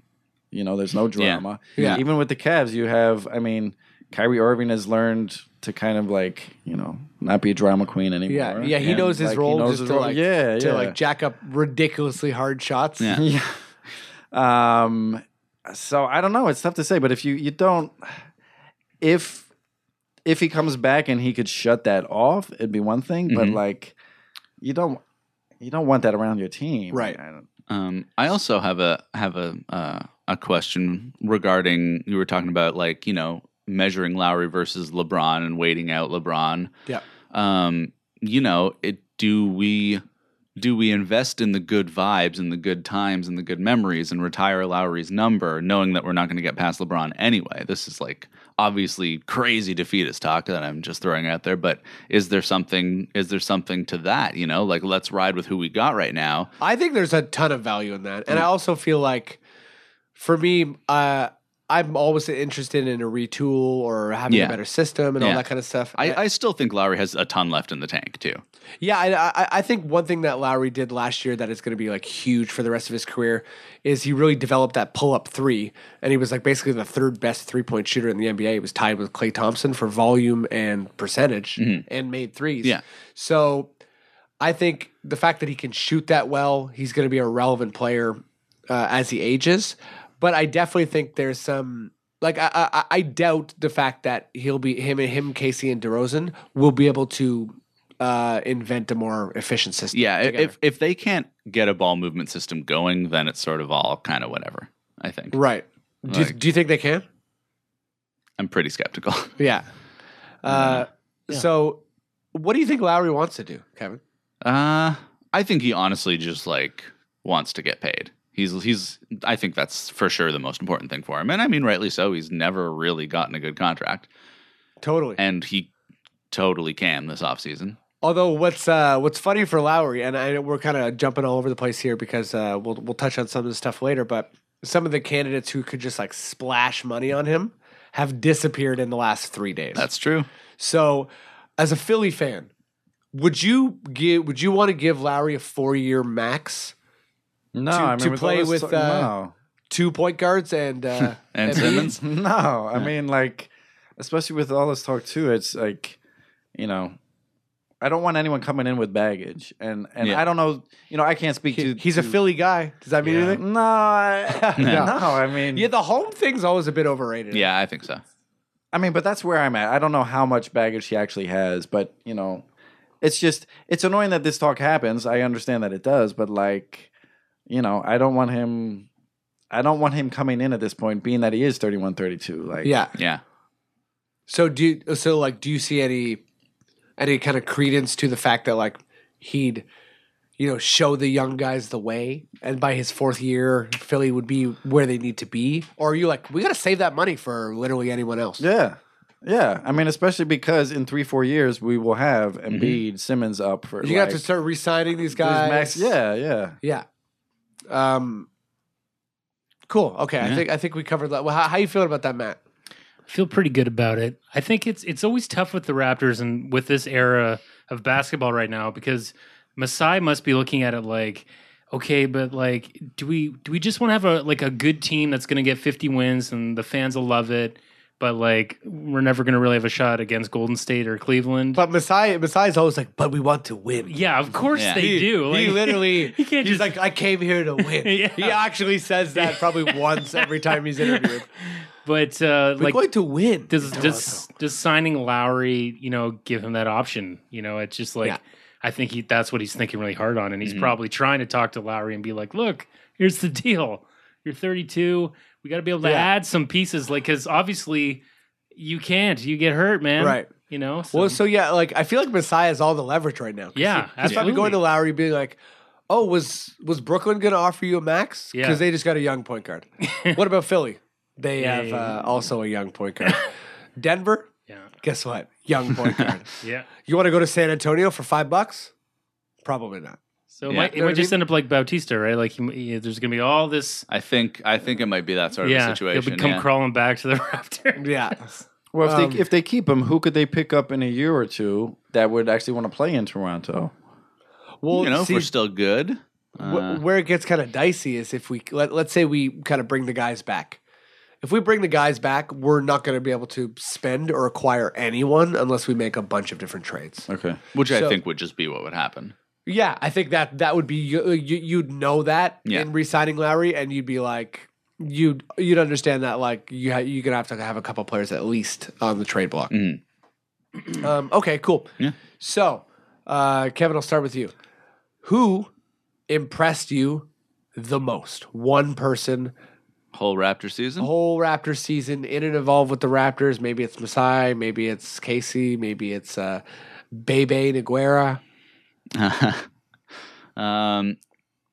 [SPEAKER 6] You know, there's no drama.
[SPEAKER 1] Yeah.
[SPEAKER 6] Even with the Cavs, you have, I mean, Kyrie Irving has learned to kind of like, you know, not be a drama queen anymore.
[SPEAKER 1] Yeah, yeah, he
[SPEAKER 6] And,
[SPEAKER 1] knows his
[SPEAKER 6] like, he
[SPEAKER 1] role.
[SPEAKER 6] knows
[SPEAKER 1] just
[SPEAKER 6] his
[SPEAKER 1] to
[SPEAKER 6] role.
[SPEAKER 1] Like,
[SPEAKER 6] yeah,
[SPEAKER 1] to
[SPEAKER 6] yeah.
[SPEAKER 1] like jack up ridiculously hard shots.
[SPEAKER 5] Yeah.
[SPEAKER 6] Yeah. Um so I don't know, it's tough to say, but if you you don't if if he comes back and he could shut that off, it'd be one thing, but
[SPEAKER 5] Mhm.
[SPEAKER 6] like you don't you don't want that around your team.
[SPEAKER 1] Right.
[SPEAKER 6] I don't-
[SPEAKER 5] Um, I also have a have a uh, a question regarding you were talking about like you know measuring Lowry versus LeBron and waiting out LeBron.
[SPEAKER 1] Yeah.
[SPEAKER 5] Um, you know, it do we do we invest in the good vibes and the good times and the good memories and retire Lowry's number, knowing that we're not going to get past LeBron anyway? This is like obviously crazy defeatist talk that I'm just throwing out there, but is there something is there something to that? You know, like let's ride with who we got right now. Mm.
[SPEAKER 1] I think there's a ton of value in that, and I also feel like, for me, uh, I'm always interested in a retool or having
[SPEAKER 5] Yeah.
[SPEAKER 1] a better system and all
[SPEAKER 5] Yeah.
[SPEAKER 1] that kind of stuff.
[SPEAKER 5] I, I still think Lowry has a ton left in the tank too.
[SPEAKER 1] Yeah, I, I, I think one thing that Lowry did last year that is going to be like huge for the rest of his career is he really developed that pull up three, and he was like basically the third best three point shooter in the NBA. He was tied with Clay Thompson for volume and percentage, and made threes.
[SPEAKER 5] Yeah.
[SPEAKER 1] so I think the fact that he can shoot that well, he's going to be a relevant player uh, as he ages. But I definitely think there's some like I, I, I doubt the fact that he'll be him and him Casey and DeRozan will be able to uh, invent a more efficient system.
[SPEAKER 5] Yeah, i-
[SPEAKER 1] together.
[SPEAKER 5] if if they can't get a ball movement system going, then it's sort of all kind of whatever. I think
[SPEAKER 1] right. do, you,
[SPEAKER 5] Like-
[SPEAKER 1] do you think they can?
[SPEAKER 5] I'm pretty skeptical.
[SPEAKER 1] Yeah. Uh, So, what do you think Lowry wants to do, Kevin?
[SPEAKER 5] Uh, I think he honestly just like wants to get paid. He's he's I think that's for sure the most important thing for him, and I mean rightly so. He's never really gotten a good contract,
[SPEAKER 1] Totally.
[SPEAKER 5] and he totally can this offseason.
[SPEAKER 1] Although what's uh, what's funny for Lowry, and I, we're kind of jumping all over the place here because uh, we'll we'll touch on some of the stuff later, but some of the candidates who could just like splash money on him have disappeared in the last three days.
[SPEAKER 5] That's true.
[SPEAKER 1] so, as a Philly fan, would you give would you want to give Lowry a four year max,
[SPEAKER 6] No,
[SPEAKER 1] To-
[SPEAKER 6] I mean,
[SPEAKER 1] to
[SPEAKER 6] all
[SPEAKER 1] play
[SPEAKER 6] this
[SPEAKER 1] with,
[SPEAKER 6] talk-
[SPEAKER 1] uh, two point guards and uh,
[SPEAKER 5] And
[SPEAKER 1] Embiid?
[SPEAKER 5] Simmons?
[SPEAKER 6] no, no. I mean, like, especially with all this talk too, it's like, you know, I don't want anyone coming in with baggage, and and
[SPEAKER 5] Yeah.
[SPEAKER 6] I don't know, you know, I can't speak
[SPEAKER 1] He-
[SPEAKER 6] to.
[SPEAKER 1] he's a
[SPEAKER 6] to-
[SPEAKER 1] Philly guy. Does that mean
[SPEAKER 6] No,
[SPEAKER 1] anything?
[SPEAKER 6] I,
[SPEAKER 5] No.
[SPEAKER 6] no, I mean,
[SPEAKER 1] Yeah, the home thing's always a bit overrated.
[SPEAKER 5] Mm. Yeah, I think so.
[SPEAKER 6] I mean, but that's where I'm at. I don't know how much baggage he actually has, but you know, it's just it's annoying that this talk happens. I understand that it does, but like, you know, I don't want him. I don't want him coming in at this point, being that he is 31, 32. Like,
[SPEAKER 1] yeah.
[SPEAKER 5] Yeah.
[SPEAKER 1] So do you, so like do you see any any kind of credence to the fact that like he'd you know show the young guys the way and by his fourth year Philly would be where they need to be or are you like we got to save that money for literally anyone else?
[SPEAKER 6] Yeah. Yeah. I mean, especially because in three, four years, we will have Embiid Simmons up for.
[SPEAKER 1] Mm-hmm. You got
[SPEAKER 6] like,
[SPEAKER 1] to start re-signing these
[SPEAKER 6] these
[SPEAKER 1] guys.
[SPEAKER 6] max- yeah. Yeah.
[SPEAKER 1] Yeah. Um cool. Okay. I
[SPEAKER 5] Yeah.
[SPEAKER 1] think I think we covered that. Well, how, how you feeling about that, Matt?
[SPEAKER 4] feel pretty good about it. I think it's it's always tough with the Raptors and with this era of basketball right now because Masai must be looking at it like, okay, but like, do we do we just want to have a like a good team that's going to get 50 wins and the fans will love it, but like we're never going to really have a shot against Golden State or Cleveland.
[SPEAKER 1] But Messiah Messiah's always like, "But we want to win."
[SPEAKER 4] yeah, of course
[SPEAKER 5] Yeah.
[SPEAKER 4] they
[SPEAKER 1] He-
[SPEAKER 4] do.
[SPEAKER 1] He
[SPEAKER 4] Like-
[SPEAKER 1] literally,
[SPEAKER 4] he can't
[SPEAKER 1] he's
[SPEAKER 4] just-
[SPEAKER 1] like, I came here to win.
[SPEAKER 4] Yeah.
[SPEAKER 1] He actually says that probably once every time he's interviewed.
[SPEAKER 4] but uh,
[SPEAKER 1] We're
[SPEAKER 4] like
[SPEAKER 1] going to win.
[SPEAKER 4] does does does signing Lowry, you know, give him that option? You know, it's just like
[SPEAKER 1] Yeah. Mm-hmm.
[SPEAKER 4] I think he that's what he's thinking really hard on, and he's probably trying to talk to Lowry and be like, "Look, here's the deal. You're 32. We got to be able to
[SPEAKER 1] Yeah.
[SPEAKER 4] add some pieces, like because obviously you can't. You get hurt, man.
[SPEAKER 1] Right.
[SPEAKER 4] You know. So,
[SPEAKER 1] well, so yeah, like I feel like Messiah has all the leverage right now. 'Cause
[SPEAKER 4] Yeah,
[SPEAKER 1] he- he's probably
[SPEAKER 4] absolutely.
[SPEAKER 1] going to Lowry, being like, "Oh, was was Brooklyn going to offer you a max? Because
[SPEAKER 4] Yeah.
[SPEAKER 1] they just got a young point guard. what about Philly? They
[SPEAKER 4] Yeah,
[SPEAKER 1] have
[SPEAKER 4] yeah,
[SPEAKER 1] uh, also a young point guard. Denver,
[SPEAKER 4] yeah,
[SPEAKER 1] guess what? Young point guard.
[SPEAKER 4] yeah.
[SPEAKER 1] you want to go to San Antonio for five bucks? Probably not.
[SPEAKER 4] So it
[SPEAKER 5] Yeah.
[SPEAKER 4] might, it
[SPEAKER 1] Know what I
[SPEAKER 4] might just
[SPEAKER 1] mean?
[SPEAKER 4] end up like Bautista, right? Like he, he- there's gonna be all this.
[SPEAKER 5] I think I think it might be that sort
[SPEAKER 4] Yeah,
[SPEAKER 5] of a situation.
[SPEAKER 4] he'll become
[SPEAKER 5] yeah.
[SPEAKER 4] crawling back to the Raptors.
[SPEAKER 1] Yeah.
[SPEAKER 6] Well, if
[SPEAKER 1] Um,
[SPEAKER 6] they if they keep him, who could they pick up in a year or two that would actually want to play in Toronto?
[SPEAKER 1] Well,
[SPEAKER 5] you know, if
[SPEAKER 1] see,
[SPEAKER 5] we're still good. Uh.
[SPEAKER 1] Wh- where it gets kind of dicey is if we let, let's say we kind of bring the guys back. If we bring the guys back, we're not going to be able to spend or acquire anyone unless we make a bunch of different trades.
[SPEAKER 6] Okay.
[SPEAKER 5] Which I
[SPEAKER 1] So-
[SPEAKER 5] think would just be what would happen.
[SPEAKER 1] Yeah, I think that that would be you, you you'd know that
[SPEAKER 5] Yeah.
[SPEAKER 1] in re-signing Lowry, and you'd be like you'd you'd understand that like you ha- you're gonna have to have a couple players at least on the trade block.
[SPEAKER 5] Mhm.
[SPEAKER 1] Um, okay, cool.
[SPEAKER 5] Yeah.
[SPEAKER 1] So, uh, Kevin, I'll start with you. Who impressed you the most? One person,
[SPEAKER 5] Whole Raptor season.
[SPEAKER 1] whole Raptor season, in and involved with the Raptors. Maybe it's Masai, maybe it's Casey, maybe it's uh, Bebe Naguera.
[SPEAKER 5] um,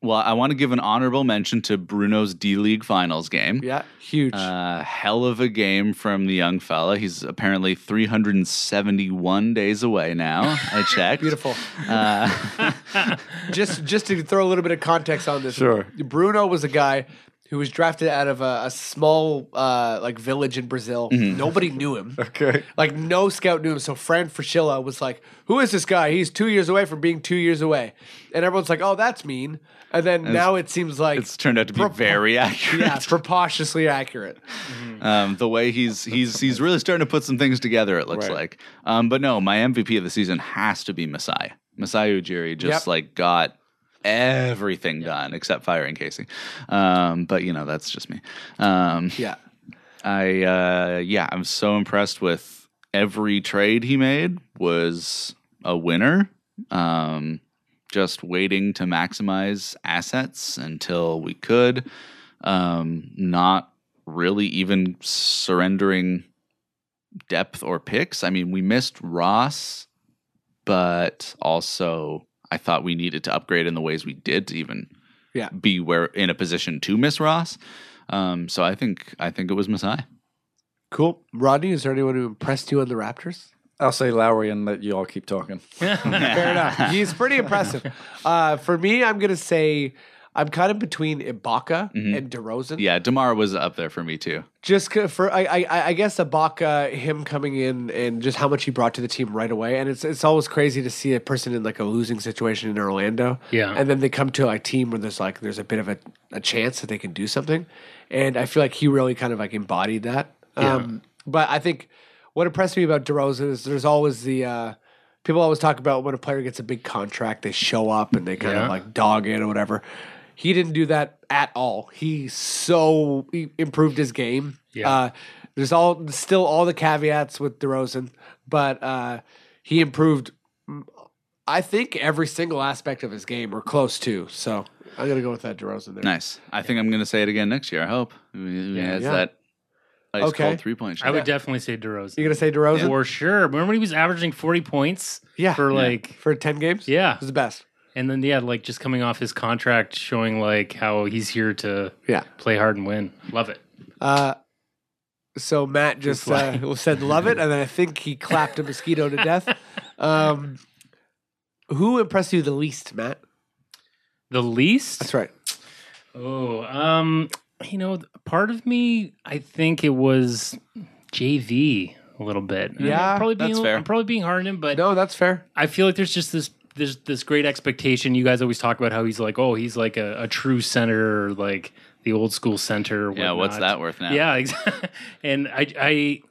[SPEAKER 5] well, I want to give an honorable mention to Bruno's D League Finals game.
[SPEAKER 1] Yeah, huge.
[SPEAKER 5] Uh, hell of a game from the young fella. He's apparently 371 days away now. I checked.
[SPEAKER 1] Beautiful.
[SPEAKER 5] Uh,
[SPEAKER 1] just just to throw a little bit of context on this,
[SPEAKER 6] Sure.
[SPEAKER 1] Bruno was a guy who was drafted out of a, a small uh, like village in Brazil. Nobody knew him.
[SPEAKER 6] Okay.
[SPEAKER 1] Like no scout knew him. So Fran Fraschilla was like, "Who is this guy? He's two years away from being two years away," and everyone's like, "Oh, that's mean." And then now it seems like
[SPEAKER 5] It's turned out to be
[SPEAKER 1] Pro-
[SPEAKER 5] very accurate.
[SPEAKER 1] yeah, preposterously accurate.
[SPEAKER 5] um, the way he's he's he's really starting to put some things together. It looks
[SPEAKER 6] Right.
[SPEAKER 5] like, um, but no, my MVP of the season has to be Masai. Masai Ujiri just
[SPEAKER 1] Yep.
[SPEAKER 5] like got everything done except firing Casey. Um, but you know that's just me. Um,
[SPEAKER 1] Yeah,
[SPEAKER 5] I uh, yeah, I'm so impressed with every trade he made was a winner. Um, just waiting to maximize assets until we could. Um, not really even surrendering depth or picks. I mean, we missed Ross, but also I thought we needed to upgrade in the ways we did to even
[SPEAKER 1] Yeah.
[SPEAKER 5] be where in a position to miss Ross. Um, so I think I think it was Masai.
[SPEAKER 1] cool. Rodney, is there anyone who impressed you on the Raptors?
[SPEAKER 6] I'll say Lowry and let you all keep talking.
[SPEAKER 1] Fair enough. He's pretty impressive. Uh, for me, I'm gonna say I'm kind of between Ibaka and DeRozan.
[SPEAKER 5] Yeah, Demar was up there for me too.
[SPEAKER 1] Just c- for I, I I guess Ibaka him coming in and just how much he brought to the team right away, and it's it's always crazy to see a person in like a losing situation in Orlando,
[SPEAKER 4] Yeah.
[SPEAKER 1] and then they come to a team where there's like there's a bit of a, a chance that they can do something, and I feel like he really kind of like embodied that. Um, but I think what impressed me about DeRozan is there's always the uh, people always talk about when a player gets a big contract, they show up and they kind of
[SPEAKER 4] Yeah.
[SPEAKER 1] like dog it or whatever. He didn't do that at all. He so he improved his game.
[SPEAKER 4] Yeah.
[SPEAKER 1] Uh, there's all still all the caveats with DeRozan, but uh, he improved. mm, I think every single aspect of his game, or close to. So I'm gonna go with that DeRozan there.
[SPEAKER 5] Nice. I think I'm going to say it again next year. I hope. Yeah, has
[SPEAKER 1] Yeah.
[SPEAKER 5] that ice
[SPEAKER 1] Okay.
[SPEAKER 5] cold three point shot.
[SPEAKER 4] I would definitely say DeRozan
[SPEAKER 1] You gonna say DeRozan
[SPEAKER 4] for sure. Remember when he was averaging forty points?
[SPEAKER 1] Yeah.
[SPEAKER 4] for
[SPEAKER 1] Yeah.
[SPEAKER 4] like
[SPEAKER 1] for ten games?
[SPEAKER 4] yeah,
[SPEAKER 1] it was the best.
[SPEAKER 4] and then yeah, like just coming off his contract, showing like how he's here to
[SPEAKER 1] Yeah.
[SPEAKER 4] play hard and win. Love it.
[SPEAKER 1] Uh, so Matt just uh, said love it, and then I think he clapped a mosquito to death. Um, who impressed you the least, Matt?
[SPEAKER 4] The least.
[SPEAKER 1] That's right.
[SPEAKER 4] Oh, um, you know, part of me, I think it was JV a little bit. And I'm
[SPEAKER 1] Yeah,
[SPEAKER 4] probably being
[SPEAKER 5] that's
[SPEAKER 4] a-
[SPEAKER 5] fair.
[SPEAKER 4] I'm probably being hard on him, but
[SPEAKER 1] No, that's fair.
[SPEAKER 4] I feel like there's just this there's this great expectation. You guys always talk about how he's like, oh, he's like a, a true center, or like the old school center. Or
[SPEAKER 5] yeah, what's
[SPEAKER 4] whatnot.
[SPEAKER 5] that worth now?
[SPEAKER 4] Yeah, exactly. and I, I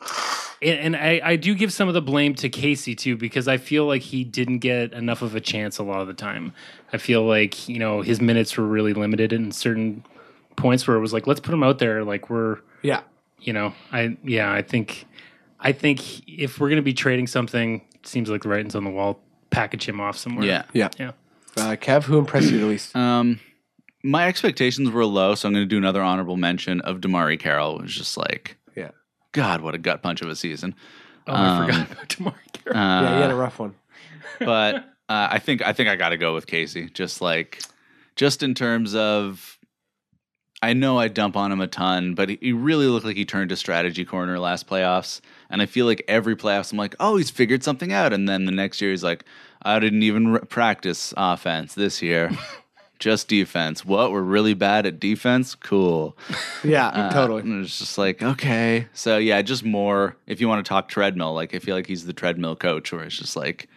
[SPEAKER 4] and, and I, I do give some of the blame to Casey too because I feel like he didn't get enough of a chance a lot of the time. I feel like you know his minutes were really limited in certain points where it was like, let's put him out there. Like we're
[SPEAKER 1] Yeah.
[SPEAKER 4] you know, I yeah, I think I think if we're gonna be trading something, it seems like the writing's on the wall. Package him off somewhere.
[SPEAKER 5] Yeah.
[SPEAKER 1] Yeah.
[SPEAKER 4] yeah.
[SPEAKER 1] Uh, Kev, who impressed you the least?
[SPEAKER 5] Um, my expectations were low, so I'm going to do another honorable mention of Damari Carroll. It was just like,
[SPEAKER 1] Yeah.
[SPEAKER 5] God, what a gut punch of a season.
[SPEAKER 4] Oh,
[SPEAKER 5] Um,
[SPEAKER 4] I forgot about Demarcus.
[SPEAKER 5] Uh,
[SPEAKER 1] yeah, you had a rough one.
[SPEAKER 5] but uh, I think I think I got to go with Casey. Just like, just in terms of, I know I dump on him a ton, but he- he really looked like he turned a strategy corner last playoffs. And I feel like every playoffs, I'm like, oh, he's figured something out. And then the next year, he's like, I didn't even re- practice offense this year. Just defense. What? We're really bad at defense? Cool.
[SPEAKER 1] Yeah,
[SPEAKER 5] Uh,
[SPEAKER 1] totally.
[SPEAKER 5] And it's just like, okay. So, yeah, just more. If you want to talk treadmill, like, I feel like he's the treadmill coach where it's just like,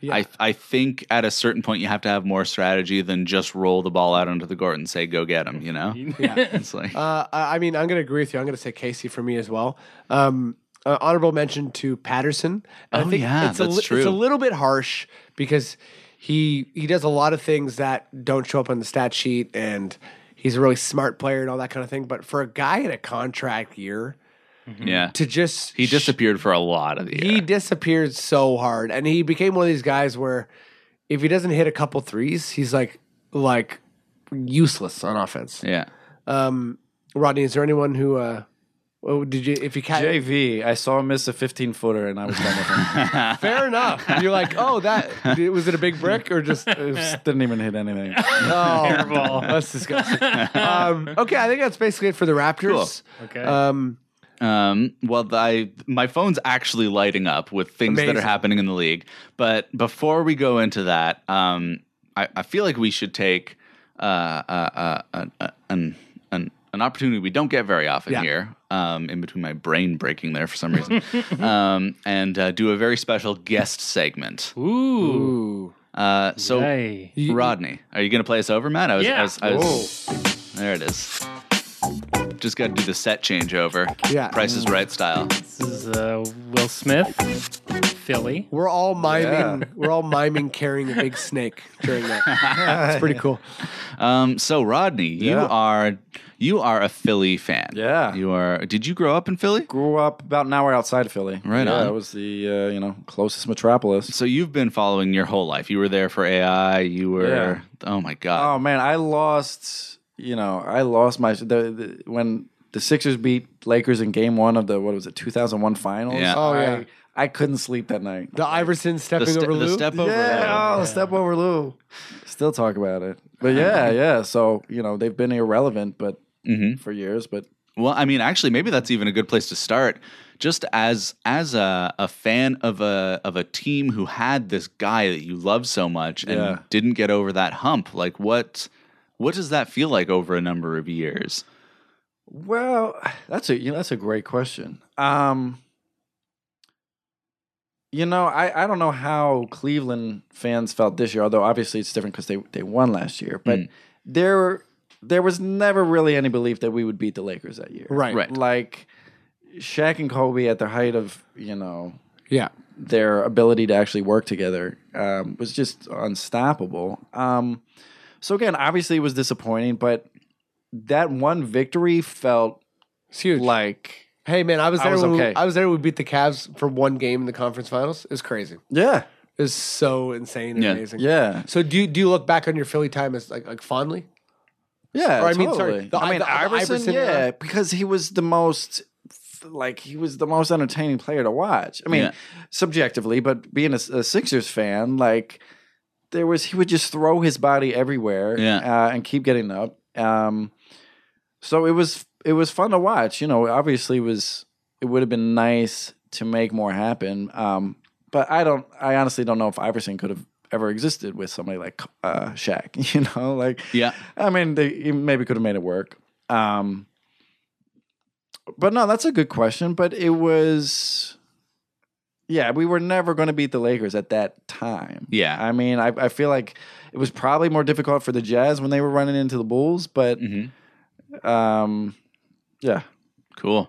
[SPEAKER 1] Yeah.
[SPEAKER 5] I, I think at a certain point you have to have more strategy than just roll the ball out onto the court and say go get him. You know, it's like
[SPEAKER 1] Uh, I I mean, I'm going to agree with you. I'm going to say Casey for me as well. Um, uh, honorable mention to Patterson. And
[SPEAKER 5] Oh, yeah,
[SPEAKER 1] it's a
[SPEAKER 5] that's
[SPEAKER 1] li- It's
[SPEAKER 5] true.
[SPEAKER 1] a little bit harsh because he he does a lot of things that don't show up on the stat sheet, and he's a really smart player and all that kind of thing. But for a guy in a contract year
[SPEAKER 5] yeah,
[SPEAKER 1] to just
[SPEAKER 5] he disappeared for a lot of the year.
[SPEAKER 1] he disappeared so hard, and he became one of these guys where if he doesn't hit a couple threes, he's like like useless on offense.
[SPEAKER 5] yeah,
[SPEAKER 1] Um, Rodney, is there anyone who uh, oh, did you if you catch?
[SPEAKER 6] JV, I saw him miss a 15 footer and I was done with him.
[SPEAKER 1] Fair enough. You're like, oh, that was it a big brick or just?
[SPEAKER 6] It was- didn't even hit anything.
[SPEAKER 1] Oh,
[SPEAKER 4] Ball.
[SPEAKER 1] that's disgusting. Um, okay, I think that's basically it for the Raptors.
[SPEAKER 4] Okay.
[SPEAKER 5] Uh,
[SPEAKER 1] Um,
[SPEAKER 5] Um, well, I my phone's actually lighting up with things that
[SPEAKER 1] Amazing.
[SPEAKER 5] are happening in the league. But before we go into that, um, I, I feel like we should take uh, uh, uh, an, an an an opportunity we don't get very often
[SPEAKER 1] Yeah.
[SPEAKER 5] here. Um, in between my brain breaking there for some reason, um, and uh, do a very special guest segment.
[SPEAKER 4] Ooh.
[SPEAKER 1] Ooh.
[SPEAKER 5] Uh, so,
[SPEAKER 4] Hey.
[SPEAKER 5] Rodney, are you going to play us over, Matt? I was,
[SPEAKER 4] Yeah.
[SPEAKER 5] I was, I was, there it is. Just got to do the set changeover.
[SPEAKER 1] Yeah.
[SPEAKER 5] Price is Right style.
[SPEAKER 4] This is uh, Will Smith, Philly.
[SPEAKER 1] We're all miming.
[SPEAKER 6] Yeah.
[SPEAKER 1] We're all miming carrying a big snake during that. It's pretty cool.
[SPEAKER 5] Um, so Rodney, you
[SPEAKER 6] Yeah.
[SPEAKER 5] are you are a Philly fan.
[SPEAKER 6] Yeah.
[SPEAKER 5] You are. Did you grow up in Philly?
[SPEAKER 6] Grew up about an hour outside of Philly.
[SPEAKER 5] Right
[SPEAKER 6] yeah,
[SPEAKER 5] on.
[SPEAKER 6] That was the uh, you know closest metropolis.
[SPEAKER 5] So you've been following your whole life. You were there for AI. You were. Oh my
[SPEAKER 6] Oh
[SPEAKER 5] god.
[SPEAKER 6] man, I lost. You know, I lost my the, the, when the Sixers beat Lakers in Game One of the what was it 2001 Finals.
[SPEAKER 5] Yeah.
[SPEAKER 1] Oh,
[SPEAKER 6] I,
[SPEAKER 1] yeah.
[SPEAKER 6] I couldn't sleep that night.
[SPEAKER 1] The Iverson
[SPEAKER 5] the,
[SPEAKER 1] stepping
[SPEAKER 5] ste-
[SPEAKER 1] over
[SPEAKER 5] the
[SPEAKER 1] Lou.
[SPEAKER 5] step over.
[SPEAKER 6] Yeah, oh, step over Lou. Still talk about it, but yeah, yeah. So you know they've been irrelevant, but
[SPEAKER 5] Mhm.
[SPEAKER 6] for years, but
[SPEAKER 5] Well, I mean, actually, maybe that's even a good place to start. Just as as a, a fan of a of a team who had this guy that you love so much and
[SPEAKER 6] Yeah.
[SPEAKER 5] didn't get over that hump, like what what does that feel like over a number of years?
[SPEAKER 6] Well, that's a you know, that's a great question. Um, you know, I, I don't know how Cleveland fans felt this year, although obviously it's different because they they won last year. But there there was never really any belief that we would beat the Lakers that year.
[SPEAKER 1] Right.
[SPEAKER 5] Right.
[SPEAKER 6] Like Shaq and Kobe at the height of you know
[SPEAKER 1] Yeah.
[SPEAKER 6] their ability to actually work together um, was just unstoppable. Um, so again, obviously it was disappointing, but that one victory felt
[SPEAKER 1] It's huge.
[SPEAKER 6] like
[SPEAKER 1] hey man, I was
[SPEAKER 6] I
[SPEAKER 1] there.
[SPEAKER 6] was
[SPEAKER 1] when
[SPEAKER 6] okay.
[SPEAKER 1] we, I was there. when We beat the Cavs for one game in the conference finals. It's crazy.
[SPEAKER 6] yeah
[SPEAKER 1] It's so insane and
[SPEAKER 5] Yeah.
[SPEAKER 1] amazing.
[SPEAKER 6] yeah
[SPEAKER 1] So do you, do you look back on your Philly time as like like fondly?
[SPEAKER 6] yeah
[SPEAKER 1] Or, I mean, sorry,
[SPEAKER 6] totally.
[SPEAKER 1] the-
[SPEAKER 6] i mean
[SPEAKER 1] the- the
[SPEAKER 6] iverson,
[SPEAKER 1] Iverson
[SPEAKER 6] yeah
[SPEAKER 1] era.
[SPEAKER 6] because he was the most like he was the most entertaining player to watch i mean
[SPEAKER 5] Yeah.
[SPEAKER 6] subjectively but being a, a sixers fan like there was he would just throw his body everywhere
[SPEAKER 5] Yeah.
[SPEAKER 6] uh, and keep getting up um so it was it was fun to watch you know obviously it was it would have been nice to make more happen um but I don't. I honestly don't know if Iverson could have ever existed with somebody like uh, Shaq. You know, like
[SPEAKER 5] Yeah.
[SPEAKER 6] I mean, they he maybe could have made it work. Um, but no, that's a good question. But it was, yeah, we were never going to beat the Lakers at that time.
[SPEAKER 5] Yeah.
[SPEAKER 6] I mean, I, I feel like it was probably more difficult for the Jazz when they were running into the Bulls, but
[SPEAKER 5] Mhm.
[SPEAKER 1] Mm.
[SPEAKER 6] um, yeah,
[SPEAKER 5] Cool.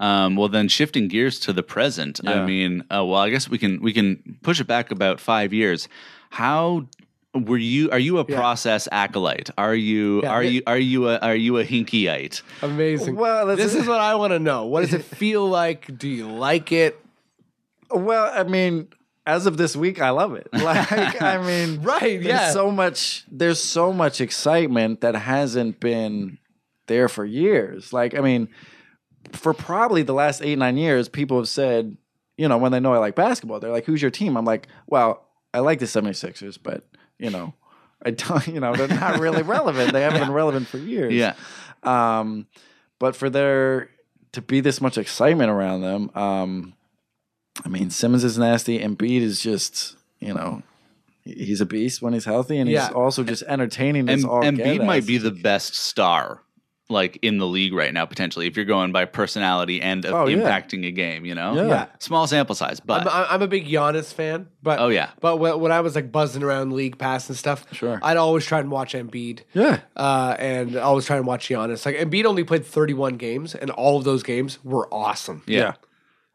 [SPEAKER 5] Um, well, then shifting gears to the present. I
[SPEAKER 6] Yeah.
[SPEAKER 5] mean, uh, well, I guess we can we can push it back about five years. How were you? Are you a
[SPEAKER 1] Yeah.
[SPEAKER 5] process acolyte? Are you
[SPEAKER 1] Yeah,
[SPEAKER 5] are
[SPEAKER 1] the-
[SPEAKER 5] you are you a are you a hinkyite?
[SPEAKER 1] Amazing.
[SPEAKER 6] Well, that's-
[SPEAKER 1] this is what I want to know. What does it feel like? Do you like it?
[SPEAKER 6] Well, I mean, as of this week, I love it. Like, I mean,
[SPEAKER 1] Right,
[SPEAKER 6] There's
[SPEAKER 1] yeah.
[SPEAKER 6] so much. There's so much excitement that hasn't been there for years. Like, I mean, for probably the last eight nine years, people have said, you know, when they know I like basketball, they're like, "Who's your team?" I'm like, "Well, I like the 76ers, but you know." I don't, you know, they're not really relevant. They haven't been relevant for years.
[SPEAKER 5] Yeah,
[SPEAKER 6] Um, but for there to be this much excitement around them, um, I mean, Simmons is nasty. Embiid is just, you know, he- he's a beast when he's healthy, and
[SPEAKER 1] Yeah.
[SPEAKER 6] he's also just entertaining.
[SPEAKER 5] and
[SPEAKER 6] as all
[SPEAKER 5] Embiid
[SPEAKER 6] get-outs.
[SPEAKER 5] might be the best star like in the league right now potentially if you're going by personality and of
[SPEAKER 6] Oh, yeah.
[SPEAKER 5] impacting a game. You know,
[SPEAKER 6] Yeah. Yeah.
[SPEAKER 5] small sample size, but
[SPEAKER 1] I'm, I'm I'm a big Giannis fan, but
[SPEAKER 5] Oh, yeah.
[SPEAKER 1] But when, when I was like buzzing around league pass and stuff,
[SPEAKER 6] Sure.
[SPEAKER 1] I'd always try and watch Embiid.
[SPEAKER 6] Yeah.
[SPEAKER 1] uh, and I always try and watch Giannis. Like Embiid only played 31 games, and all of those games were awesome.
[SPEAKER 5] yeah.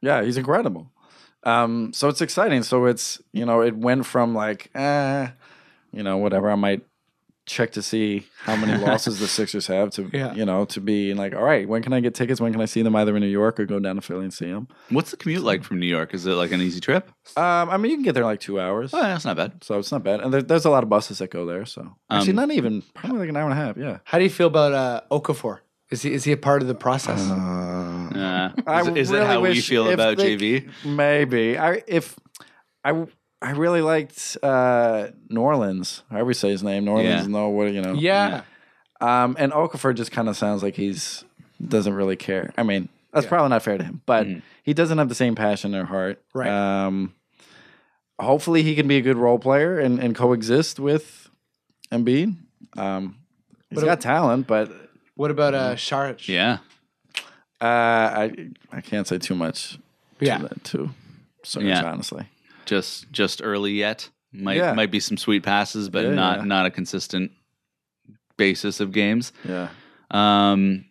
[SPEAKER 6] yeah. Yeah, he's incredible. Um, so it's exciting. So it's you know it went from like eh, you know whatever I might check to see how many losses the Sixers have to
[SPEAKER 1] Yeah.
[SPEAKER 6] you know to be like all right when can I get tickets when can I see them either in New York or go down to Philly and see them.
[SPEAKER 5] What's the commute like from New York? Is it like an easy trip?
[SPEAKER 6] Um, I mean you can get there in like two hours,
[SPEAKER 5] Oh, yeah, that's not bad.
[SPEAKER 6] so it's not bad. And there, there's a lot of buses that go there. So actually not even probably like an hour and a half. Yeah,
[SPEAKER 1] How do you feel about uh, Okafor? Is he is he a part of the process?
[SPEAKER 5] Uh,
[SPEAKER 6] I
[SPEAKER 5] is is
[SPEAKER 6] really
[SPEAKER 5] it how we
[SPEAKER 6] wish
[SPEAKER 5] feel
[SPEAKER 6] if
[SPEAKER 5] about
[SPEAKER 6] they-
[SPEAKER 5] JV?
[SPEAKER 6] maybe I if I. I really liked uh, New Orleans. However you say his name, New Orleans.
[SPEAKER 5] Yeah.
[SPEAKER 6] No, what you know?
[SPEAKER 1] yeah,
[SPEAKER 6] Um, and Okafor just kind of sounds like he's doesn't really care. I mean, that's probably not fair to him, but he doesn't have the same passion or heart.
[SPEAKER 1] Mm-hmm. Right.
[SPEAKER 6] Um, hopefully, he can be a good role player and, and coexist with Embiid. Um, he's got talent, but
[SPEAKER 1] What about uh, Sharich?
[SPEAKER 5] Yeah.
[SPEAKER 6] Uh, I I can't say too much.
[SPEAKER 1] Yeah.
[SPEAKER 6] to, that, too. So
[SPEAKER 5] Yeah.
[SPEAKER 6] honestly,
[SPEAKER 5] Just just early yet. Might
[SPEAKER 6] Yeah.
[SPEAKER 5] might be some sweet passes, but
[SPEAKER 6] Yeah,
[SPEAKER 5] not
[SPEAKER 6] yeah.
[SPEAKER 5] not a consistent basis of games.
[SPEAKER 6] yeah.
[SPEAKER 5] Um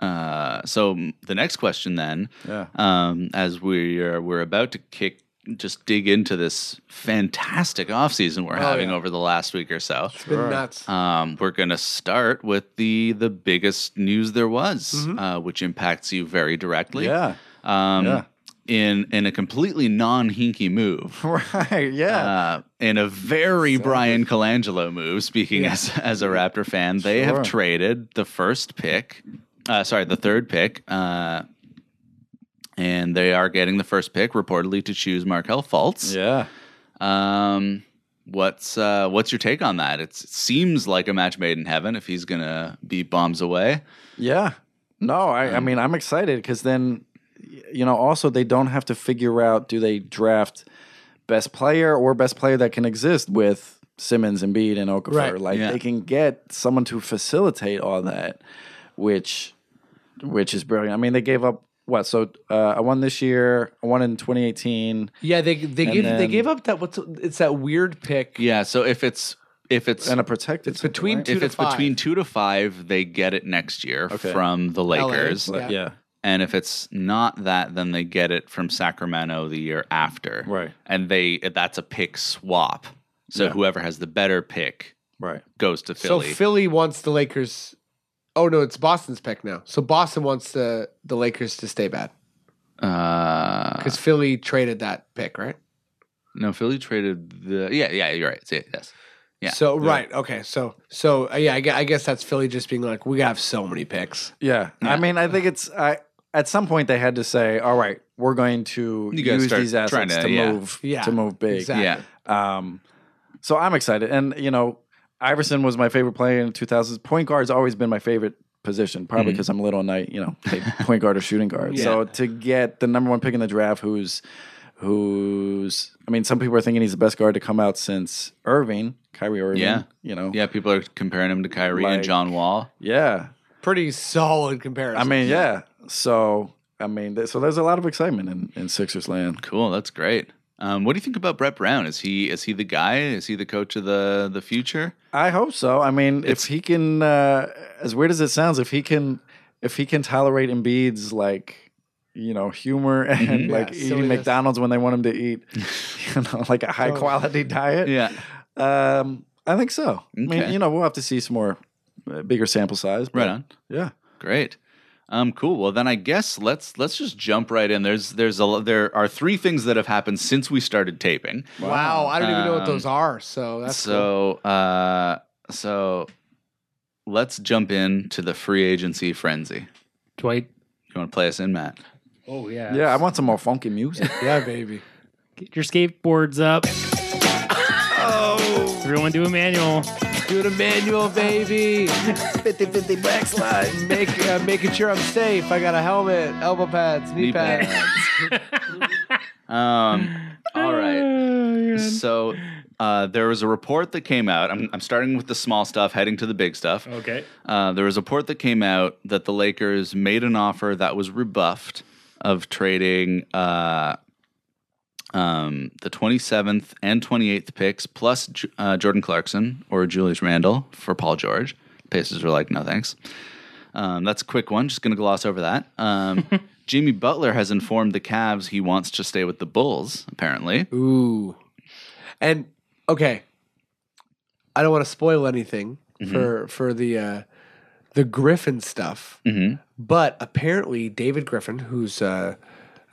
[SPEAKER 5] uh so the next question then
[SPEAKER 6] Yeah.
[SPEAKER 5] um, as we're we're about to kick just dig into this fantastic offseason
[SPEAKER 6] Oh,
[SPEAKER 5] we're having over the last week or so.
[SPEAKER 1] It's been nuts.
[SPEAKER 5] Um, we're gonna start with the the biggest news there was, uh, which impacts you very directly.
[SPEAKER 6] Mm-hmm. Yeah.
[SPEAKER 5] Um,
[SPEAKER 6] Yeah.
[SPEAKER 5] In in a completely non hinky move,
[SPEAKER 6] Right. Yeah.
[SPEAKER 5] uh, in a very Brian Colangelo move. Speaking as as a Raptor fan, they
[SPEAKER 6] Sure.
[SPEAKER 5] have traded the first pick, uh, sorry, the third pick, uh, and they are getting the first pick reportedly to choose Markel Fultz.
[SPEAKER 6] yeah.
[SPEAKER 5] Um, what's uh, what's your take on that? It's, it seems like a match made in heaven if he's gonna be bombs away.
[SPEAKER 6] Yeah. No, I, I mean, I'm excited because then, y- you know, also they don't have to figure out do they draft best player or best player that can exist with Simmons and Bede and Okafor.
[SPEAKER 1] Right.
[SPEAKER 6] Like
[SPEAKER 5] Yeah.
[SPEAKER 6] they can get someone to facilitate all that, which, which is brilliant. I mean, they gave up what? So uh, I won this year. I won in 2018.
[SPEAKER 1] yeah, they they gave they
[SPEAKER 6] then-
[SPEAKER 1] gave up that what's it's that weird pick.
[SPEAKER 5] Yeah. So if it's if it's
[SPEAKER 6] And a protected something,
[SPEAKER 1] between
[SPEAKER 6] right?
[SPEAKER 1] two-
[SPEAKER 5] if
[SPEAKER 1] to
[SPEAKER 5] it's between
[SPEAKER 1] five.
[SPEAKER 5] two to five, they get it next year
[SPEAKER 6] Okay.
[SPEAKER 5] from the Lakers.
[SPEAKER 1] LA.
[SPEAKER 6] Like,
[SPEAKER 1] Yeah.
[SPEAKER 6] yeah.
[SPEAKER 5] And if it's not that, then they get it from Sacramento the year after.
[SPEAKER 6] Right.
[SPEAKER 5] And they that's a pick swap. So whoever has the better pick
[SPEAKER 6] Right.
[SPEAKER 5] goes to
[SPEAKER 1] So
[SPEAKER 5] Philly.
[SPEAKER 1] Philly wants the Lakers. Oh no, it's Boston's pick now. So Boston wants the the Lakers to stay bad
[SPEAKER 5] uh,
[SPEAKER 1] because Philly traded that pick, right?
[SPEAKER 5] no, Philly traded the yeah yeah you're right. See, yes. Yeah.
[SPEAKER 1] So right, okay. So so uh, yeah, I guess, I guess that's Philly just being like, we have so many picks.
[SPEAKER 6] Yeah. I mean, I think it's I at some point they had to say, all right, we're going to
[SPEAKER 5] You gotta
[SPEAKER 6] use
[SPEAKER 5] start
[SPEAKER 6] these
[SPEAKER 5] trying
[SPEAKER 6] assets
[SPEAKER 5] to-
[SPEAKER 6] to,
[SPEAKER 5] yeah.
[SPEAKER 6] move
[SPEAKER 1] Yeah,
[SPEAKER 6] to move big.
[SPEAKER 1] exactly.
[SPEAKER 5] Yeah.
[SPEAKER 6] Um so I'm excited. And you know, Iverson was my favorite player in 2000s. Point guard's always been my favorite position,
[SPEAKER 5] Mm-hmm.
[SPEAKER 6] probably because I'm little and I, you know, play point guard or shooting guard. So to get the number one pick in the draft who's who's I mean, some people are thinking he's the best guard to come out since Irving, Kyrie Irving.
[SPEAKER 5] Yeah.
[SPEAKER 6] You know.
[SPEAKER 5] Yeah, people are comparing him to Kyrie and
[SPEAKER 6] Like-
[SPEAKER 5] John Wall.
[SPEAKER 6] Yeah.
[SPEAKER 1] Pretty solid comparison.
[SPEAKER 6] I mean, yeah. So I mean, th- so there's a lot of excitement in, in Sixers land.
[SPEAKER 5] Cool, that's great. Um, what do you think about Brett Brown? Is he is he the guy? Is he the coach of the the future?
[SPEAKER 6] I hope so. I mean,
[SPEAKER 5] It's-
[SPEAKER 6] if he can, uh, as weird as it sounds, if he can, if he can tolerate Embiid's like, you know, humor and
[SPEAKER 5] Mm-hmm.
[SPEAKER 6] like
[SPEAKER 1] Yeah,
[SPEAKER 6] eating
[SPEAKER 1] silliness.
[SPEAKER 6] McDonald's when they want him to eat, you know, like a high quality diet.
[SPEAKER 5] Yeah.
[SPEAKER 6] Um, I think so. I
[SPEAKER 5] Okay.
[SPEAKER 6] mean, you know, we'll have to see some more uh, bigger sample size. but
[SPEAKER 5] Right on.
[SPEAKER 6] Yeah.
[SPEAKER 5] Great. Um, cool. Well, then I guess let's let's just jump right in. There's there's a lo- there are three things that have happened since we started taping.
[SPEAKER 1] wow, I don't even know what
[SPEAKER 5] Um,
[SPEAKER 1] those are. So that's cool.
[SPEAKER 5] so uh, so let's jump into the free agency frenzy.
[SPEAKER 4] Dwight.
[SPEAKER 5] You want to play us in, Matt?
[SPEAKER 4] Oh yeah.
[SPEAKER 6] Yeah. I want some more funky music.
[SPEAKER 1] yeah, baby.
[SPEAKER 4] Get your skateboards up.
[SPEAKER 1] Oh.
[SPEAKER 4] Everyone do a manual.
[SPEAKER 1] Do the manual, baby. 50 50 backslide. Make, uh, making sure I'm safe. I got a helmet, elbow pads, knee,
[SPEAKER 5] Knee
[SPEAKER 1] pads.
[SPEAKER 5] Um, all right. So uh, there was a report that came out. I'm, I'm starting with the small stuff, heading to the big stuff.
[SPEAKER 4] Okay.
[SPEAKER 5] Uh, there was a report that came out that the Lakers made an offer that was rebuffed of trading uh, um, the 27th and 28th picks plus J- uh, Jordan Clarkson or Julius Randle for Paul George. Pacers were like, no thanks. Um, that's a quick one. Just going to gloss over that. Um, Jimmy Butler has informed the Cavs he wants to stay with the Bulls, apparently.
[SPEAKER 1] Ooh. And okay. I don't want to spoil anything
[SPEAKER 5] Mm-hmm.
[SPEAKER 1] for for the uh the Griffin stuff.
[SPEAKER 5] Mm-hmm.
[SPEAKER 1] But apparently David Griffin, who's uh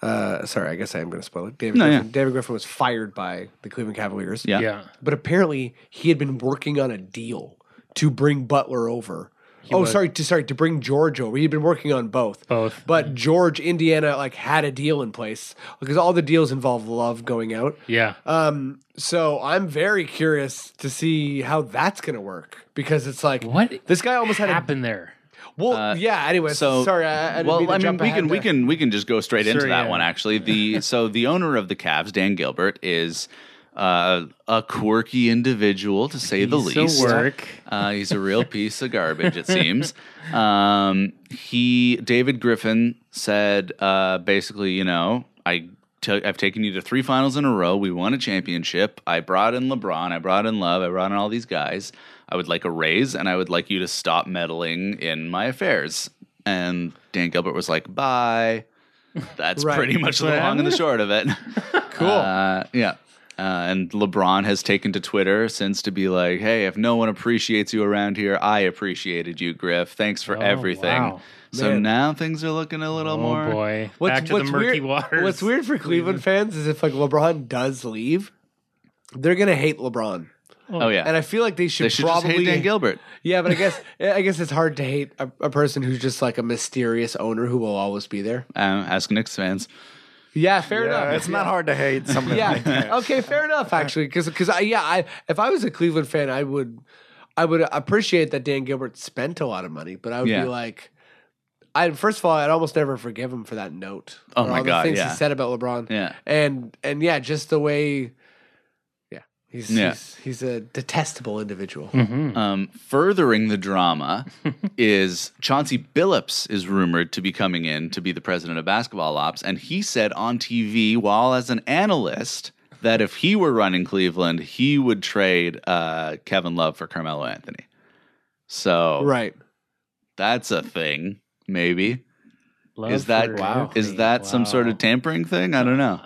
[SPEAKER 1] uh sorry, I guess I am gonna spoil it. David
[SPEAKER 5] No,
[SPEAKER 1] Griffin
[SPEAKER 5] yeah.
[SPEAKER 1] David Griffin was fired by the Cleveland Cavaliers.
[SPEAKER 5] Yeah.
[SPEAKER 4] Yeah.
[SPEAKER 1] But apparently he had been working on a deal to bring Butler over. oh,
[SPEAKER 4] was-
[SPEAKER 1] sorry, to sorry, to bring George over. He'd been working on both.
[SPEAKER 4] Both.
[SPEAKER 1] But George, Indiana, like had a deal in place because all the deals involve love going out.
[SPEAKER 4] Yeah.
[SPEAKER 1] Um, so I'm very curious to see how that's gonna work because it's like
[SPEAKER 4] what
[SPEAKER 1] this guy almost had
[SPEAKER 4] happened there?
[SPEAKER 1] a well, yeah. Anyway,
[SPEAKER 5] Uh, So
[SPEAKER 1] so sorry, I, I didn't
[SPEAKER 5] well,
[SPEAKER 1] mean to
[SPEAKER 5] I mean,
[SPEAKER 1] jump
[SPEAKER 5] we
[SPEAKER 1] ahead
[SPEAKER 5] can we
[SPEAKER 1] there.
[SPEAKER 5] can we can just go straight into
[SPEAKER 4] Sure,
[SPEAKER 5] that
[SPEAKER 4] yeah.
[SPEAKER 5] one. Actually, the so the owner of the Cavs, Dan Gilbert, is uh, a quirky individual, to say the
[SPEAKER 4] Piece of
[SPEAKER 5] least.
[SPEAKER 4] work.
[SPEAKER 5] Uh, he's a real piece of garbage, it seems. Um, he, David Griffin, said uh, basically, you know, I. T- I've taken you to three finals in a row. We won a championship. I brought in LeBron. I brought in Love. I brought in all these guys. I would like a raise, and I would like you to stop meddling in my affairs. And Dan Gilbert was like, "Bye." That's
[SPEAKER 1] Right.
[SPEAKER 5] pretty much the long and the short of it.
[SPEAKER 1] Cool.
[SPEAKER 5] Uh, yeah. Uh, and LeBron has taken to Twitter since to be like, hey, if no one appreciates you around here, I appreciated you, Griff. Thanks for
[SPEAKER 4] Oh,
[SPEAKER 5] everything.
[SPEAKER 4] wow.
[SPEAKER 5] So
[SPEAKER 1] Man.
[SPEAKER 5] now things are looking a little
[SPEAKER 4] Oh
[SPEAKER 5] more.
[SPEAKER 4] boy, back to the murky
[SPEAKER 1] weird,
[SPEAKER 4] waters.
[SPEAKER 1] What's weird for Cleveland fans is if like LeBron does leave, they're gonna hate LeBron,
[SPEAKER 5] Oh, yeah.
[SPEAKER 1] and I feel like they should,
[SPEAKER 5] they should
[SPEAKER 1] probably
[SPEAKER 5] just hate Dan Gilbert.
[SPEAKER 1] Yeah, but I guess I guess it's hard to hate a, a person who's just like a mysterious owner who will always be there.
[SPEAKER 5] Um, ask Knicks fans.
[SPEAKER 1] Yeah, fair enough.
[SPEAKER 6] it's not hard to hate something like that.
[SPEAKER 1] yeah. Okay, fair enough. Actually, because I yeah I if I was a Cleveland fan, I would I would appreciate that Dan Gilbert spent a lot of money, but I would
[SPEAKER 5] Yeah.
[SPEAKER 1] be like, I first of all, I'd almost never forgive him for that note.
[SPEAKER 5] Oh
[SPEAKER 1] or
[SPEAKER 5] my
[SPEAKER 1] all
[SPEAKER 5] God,
[SPEAKER 1] the things
[SPEAKER 5] yeah.
[SPEAKER 1] he said about LeBron.
[SPEAKER 5] Yeah.
[SPEAKER 1] and and yeah, just the way. Yeah, he's
[SPEAKER 5] Yeah.
[SPEAKER 1] he's, he's a detestable individual.
[SPEAKER 4] Mm-hmm.
[SPEAKER 5] Um, furthering the drama is Chauncey Billups is rumored to be coming in to be the president of basketball ops, and he said on TV while as an analyst that if he were running Cleveland, he would trade uh, Kevin Love for Carmelo Anthony. So
[SPEAKER 1] Right.
[SPEAKER 5] that's a thing, maybe.
[SPEAKER 4] Love
[SPEAKER 5] is that
[SPEAKER 4] for
[SPEAKER 5] is
[SPEAKER 4] Anthony.
[SPEAKER 5] that some sort
[SPEAKER 4] Wow.
[SPEAKER 5] of tampering thing? I don't know.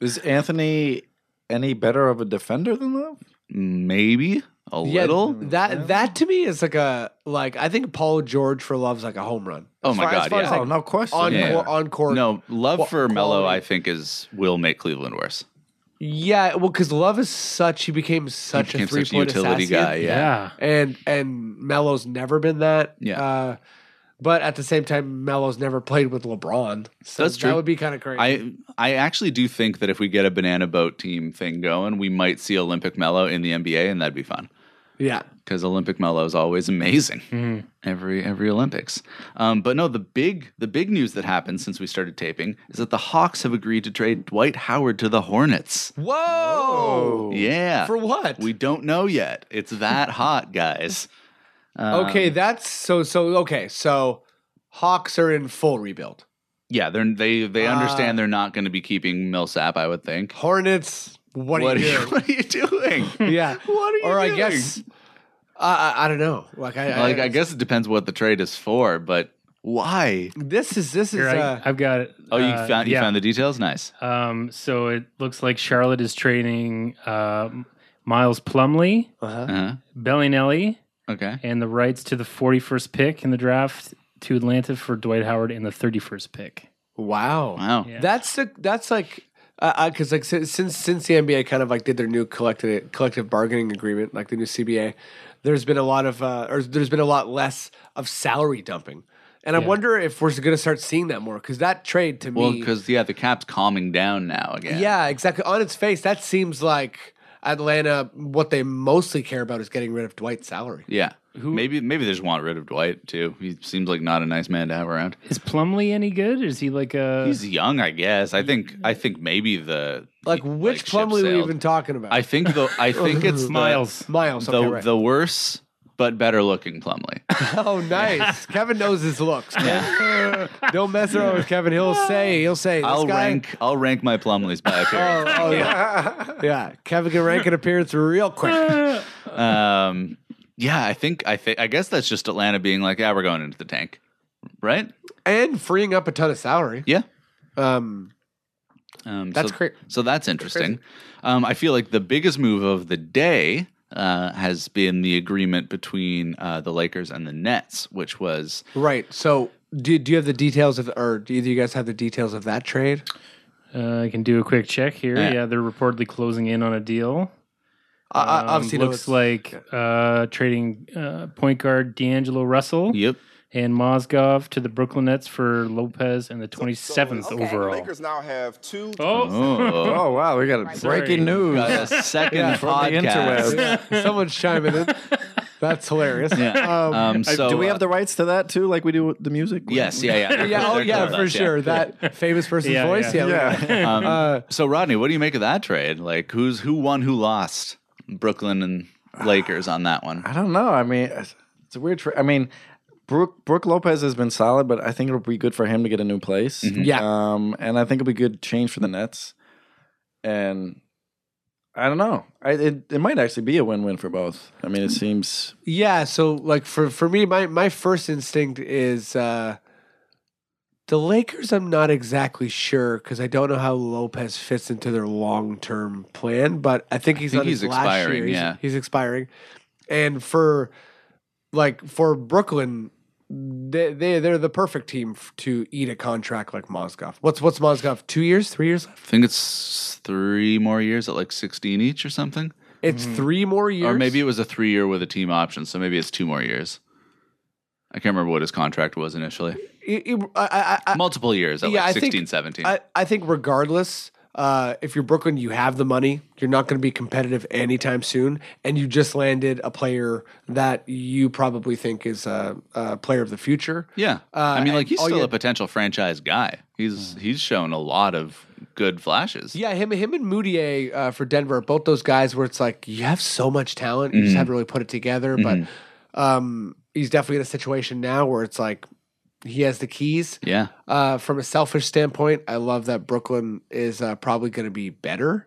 [SPEAKER 6] Is Anthony any better of a defender than Love?
[SPEAKER 5] Maybe a
[SPEAKER 1] Yeah,
[SPEAKER 5] little.
[SPEAKER 1] That that to me is like a like I think Paul George for love's like a home run.
[SPEAKER 5] Oh
[SPEAKER 1] As
[SPEAKER 5] my
[SPEAKER 1] far- as
[SPEAKER 5] God,
[SPEAKER 1] far
[SPEAKER 5] yeah.
[SPEAKER 1] as,
[SPEAKER 6] Oh,
[SPEAKER 1] like,
[SPEAKER 6] no question.
[SPEAKER 1] on
[SPEAKER 5] Yeah.
[SPEAKER 1] court, on court.
[SPEAKER 5] no, love
[SPEAKER 1] Qu-
[SPEAKER 5] for Melo,
[SPEAKER 1] quality.
[SPEAKER 5] I think, is will make Cleveland worse.
[SPEAKER 1] Yeah, well, because love is such he became such
[SPEAKER 5] became
[SPEAKER 1] a
[SPEAKER 5] such a
[SPEAKER 1] three point
[SPEAKER 5] utility guy,
[SPEAKER 4] Yeah.
[SPEAKER 5] yeah.
[SPEAKER 1] and and Melo's never been that.
[SPEAKER 5] Yeah.
[SPEAKER 1] Uh, but at the same time, Melo's never played with LeBron. So
[SPEAKER 5] That's true.
[SPEAKER 1] That would be kind of crazy.
[SPEAKER 5] I I actually do think that if we get a banana boat team thing going, we might see Olympic Mellow in the NBA, and that'd be fun
[SPEAKER 1] yeah.
[SPEAKER 5] because Olympic Mellow is always amazing
[SPEAKER 1] Mm-hmm.
[SPEAKER 5] every every Olympics. Um, but no, the big the big news that happened since we started taping is that the Hawks have agreed to trade Dwight Howard to the Hornets.
[SPEAKER 1] Whoa.
[SPEAKER 5] Yeah,
[SPEAKER 1] For what?
[SPEAKER 5] we don't know yet. It's that hot, guys. Um,
[SPEAKER 1] okay, that's so so. Okay, so Hawks are in full rebuild.
[SPEAKER 5] Yeah, they're, they
[SPEAKER 1] Uh,
[SPEAKER 5] they understand they're not going to be keeping Millsap. I would think.
[SPEAKER 1] Hornets. What,
[SPEAKER 5] What
[SPEAKER 1] are you
[SPEAKER 5] are
[SPEAKER 1] doing?
[SPEAKER 5] what are you doing?
[SPEAKER 1] yeah.
[SPEAKER 5] What are you
[SPEAKER 1] or I
[SPEAKER 5] doing?
[SPEAKER 1] guess I I, I don't know. Like I,
[SPEAKER 5] like I guess it depends what the trade is for, but why?
[SPEAKER 1] this is this is
[SPEAKER 4] Here,
[SPEAKER 1] uh,
[SPEAKER 4] I, I've got it.
[SPEAKER 5] Oh, you
[SPEAKER 4] Uh,
[SPEAKER 5] found you
[SPEAKER 4] yeah.
[SPEAKER 5] found the details. Nice.
[SPEAKER 4] Um, so it looks like Charlotte is trading uh, Miles Plumley,
[SPEAKER 1] uh-huh.
[SPEAKER 5] Uh-huh.
[SPEAKER 4] Bellinelli,
[SPEAKER 5] Okay.
[SPEAKER 4] and the rights to the 41st pick in the draft to Atlanta for Dwight Howard in the 31st pick.
[SPEAKER 1] wow.
[SPEAKER 5] Wow.
[SPEAKER 4] Yeah.
[SPEAKER 1] That's the that's like because like si- since since the NBA kind of like did their new collective collective bargaining agreement, like the new CBA, there's been a lot of uh, or there's been a lot less of salary dumping, and I wonder if we're going to start seeing that more because that trade to
[SPEAKER 5] Well,
[SPEAKER 1] me,
[SPEAKER 5] because yeah, the cap's calming down now again.
[SPEAKER 1] yeah, exactly on its face, that seems like Atlanta. What they mostly care about is getting rid of Dwight's salary.
[SPEAKER 5] Yeah.
[SPEAKER 4] Who-
[SPEAKER 5] maybe maybe they just want rid of Dwight too. He seems like not a nice man to have around.
[SPEAKER 4] Is Plumley any good? Is he like a?
[SPEAKER 1] Uh,
[SPEAKER 5] He's young, I guess. I think I think maybe the
[SPEAKER 1] Like which
[SPEAKER 5] ship
[SPEAKER 1] Plumlee are we
[SPEAKER 5] sailed.
[SPEAKER 1] even talking about?
[SPEAKER 5] I think the I think it's the-
[SPEAKER 4] Miles.
[SPEAKER 1] Miles.
[SPEAKER 5] the
[SPEAKER 1] Okay, right.
[SPEAKER 5] the worse but better looking Plumley.
[SPEAKER 1] oh, nice. Kevin knows his looks. man. Don't mess around with Kevin. He'll say. He'll say. This
[SPEAKER 5] I'll
[SPEAKER 1] guy,
[SPEAKER 5] rank I'll rank my Plumleys by appearance.
[SPEAKER 1] Oh, oh, yeah. yeah. Kevin can rank an appearance real quick.
[SPEAKER 4] Uh,
[SPEAKER 5] Um, yeah, I think I think I guess that's just Atlanta being like, yeah, we're going into the tank, right?
[SPEAKER 1] and freeing up a ton of salary.
[SPEAKER 5] Yeah,
[SPEAKER 1] Um,
[SPEAKER 5] um,
[SPEAKER 1] That's
[SPEAKER 5] so,
[SPEAKER 1] cra-
[SPEAKER 5] So that's interesting. Um, I feel like the biggest move of the day uh, has been the agreement between uh, the Lakers and the Nets, which was
[SPEAKER 1] right. So, do, do you have the details of, or do either you guys have the details of that trade?
[SPEAKER 4] Uh, I can do a quick check here.
[SPEAKER 5] Yeah.
[SPEAKER 4] Yeah, they're reportedly closing in on a deal.
[SPEAKER 1] I, I,
[SPEAKER 4] Um,
[SPEAKER 1] obviously, no, it's-
[SPEAKER 4] looks like uh, trading uh, point guard D'Angelo Russell
[SPEAKER 5] yep,
[SPEAKER 4] and Mozgov to the Brooklyn Nets for Lopez and the 27th overall.
[SPEAKER 7] Lakers now have two
[SPEAKER 4] Oh,
[SPEAKER 5] oh,
[SPEAKER 6] Oh, wow. We got breaking
[SPEAKER 4] Sorry.
[SPEAKER 6] news.
[SPEAKER 5] got a second
[SPEAKER 6] From the
[SPEAKER 5] podcast.
[SPEAKER 6] interwebs.
[SPEAKER 1] Yeah, someone's chiming in. That's hilarious.
[SPEAKER 5] Yeah.
[SPEAKER 1] Um,
[SPEAKER 5] Um, so
[SPEAKER 6] do we
[SPEAKER 5] uh,
[SPEAKER 6] have the rights to that too, like we do with the music?
[SPEAKER 5] Yes, yeah, yeah. They're
[SPEAKER 1] yeah,
[SPEAKER 5] cool-
[SPEAKER 1] oh
[SPEAKER 5] they're cool
[SPEAKER 1] yeah,
[SPEAKER 5] with
[SPEAKER 1] for
[SPEAKER 5] us, yeah.
[SPEAKER 1] sure. That famous person's
[SPEAKER 4] Yeah,
[SPEAKER 1] voice. Yeah.
[SPEAKER 4] yeah.
[SPEAKER 6] Yeah.
[SPEAKER 5] Um,
[SPEAKER 1] Uh,
[SPEAKER 5] so Rodney, what do you make of that trade? Like, who's who won, who lost? Brooklyn and Lakers on that one.
[SPEAKER 6] I don't know. I mean, it's a weird. Tra- I mean, Brooke Brooke Lopez has been solid, but I think it'll be good for him to get a new place.
[SPEAKER 5] Mm-hmm.
[SPEAKER 1] Yeah.
[SPEAKER 6] Um, and I think it'll be good change for the Nets. And I don't know. I it, it might actually be a win win for both. I mean, it seems
[SPEAKER 1] Yeah, so like for for me, my my first instinct is uh the Lakers. I'm not exactly sure because I don't know how Lopez fits into their long term plan, but I think he's
[SPEAKER 5] think
[SPEAKER 1] on his
[SPEAKER 5] he's
[SPEAKER 1] last year.
[SPEAKER 5] expiring,
[SPEAKER 1] He's-
[SPEAKER 5] yeah.
[SPEAKER 1] he's expiring. And for like for Brooklyn, they they they're the perfect team f- to eat a contract like Mozgov. What's what's Mozgov? Two years, three years
[SPEAKER 5] I
[SPEAKER 1] left?
[SPEAKER 5] think it's three more years at like sixteen each or something,
[SPEAKER 1] It's three more years,
[SPEAKER 5] Mm-hmm. or maybe it was a three year with a team option, so maybe it's two more years. I can't remember what his contract was initially.
[SPEAKER 1] It- it- E, I- I- I-
[SPEAKER 5] Multiple years at
[SPEAKER 1] Yeah, I
[SPEAKER 5] like
[SPEAKER 1] think-
[SPEAKER 5] 16, 17.
[SPEAKER 1] I, I think regardless, uh, if you're Brooklyn, you have the money. You're not going to be competitive anytime soon, and you just landed a player that you probably think is a, a player of the future.
[SPEAKER 5] yeah,
[SPEAKER 1] Uh,
[SPEAKER 5] I mean, like
[SPEAKER 1] and
[SPEAKER 5] he's
[SPEAKER 1] all
[SPEAKER 5] still
[SPEAKER 1] you-
[SPEAKER 5] a potential franchise guy. He's he's shown a lot of good flashes.
[SPEAKER 1] Yeah, him, him and Moutier uh, for Denver, are both those guys where it's like you have so much talent, you
[SPEAKER 5] Mm-hmm.
[SPEAKER 1] just haven't really put it together. But um, he's definitely in a situation now where it's like he has the keys.
[SPEAKER 5] yeah.
[SPEAKER 1] Uh, from a selfish standpoint, I love that Brooklyn is uh, probably going to be better.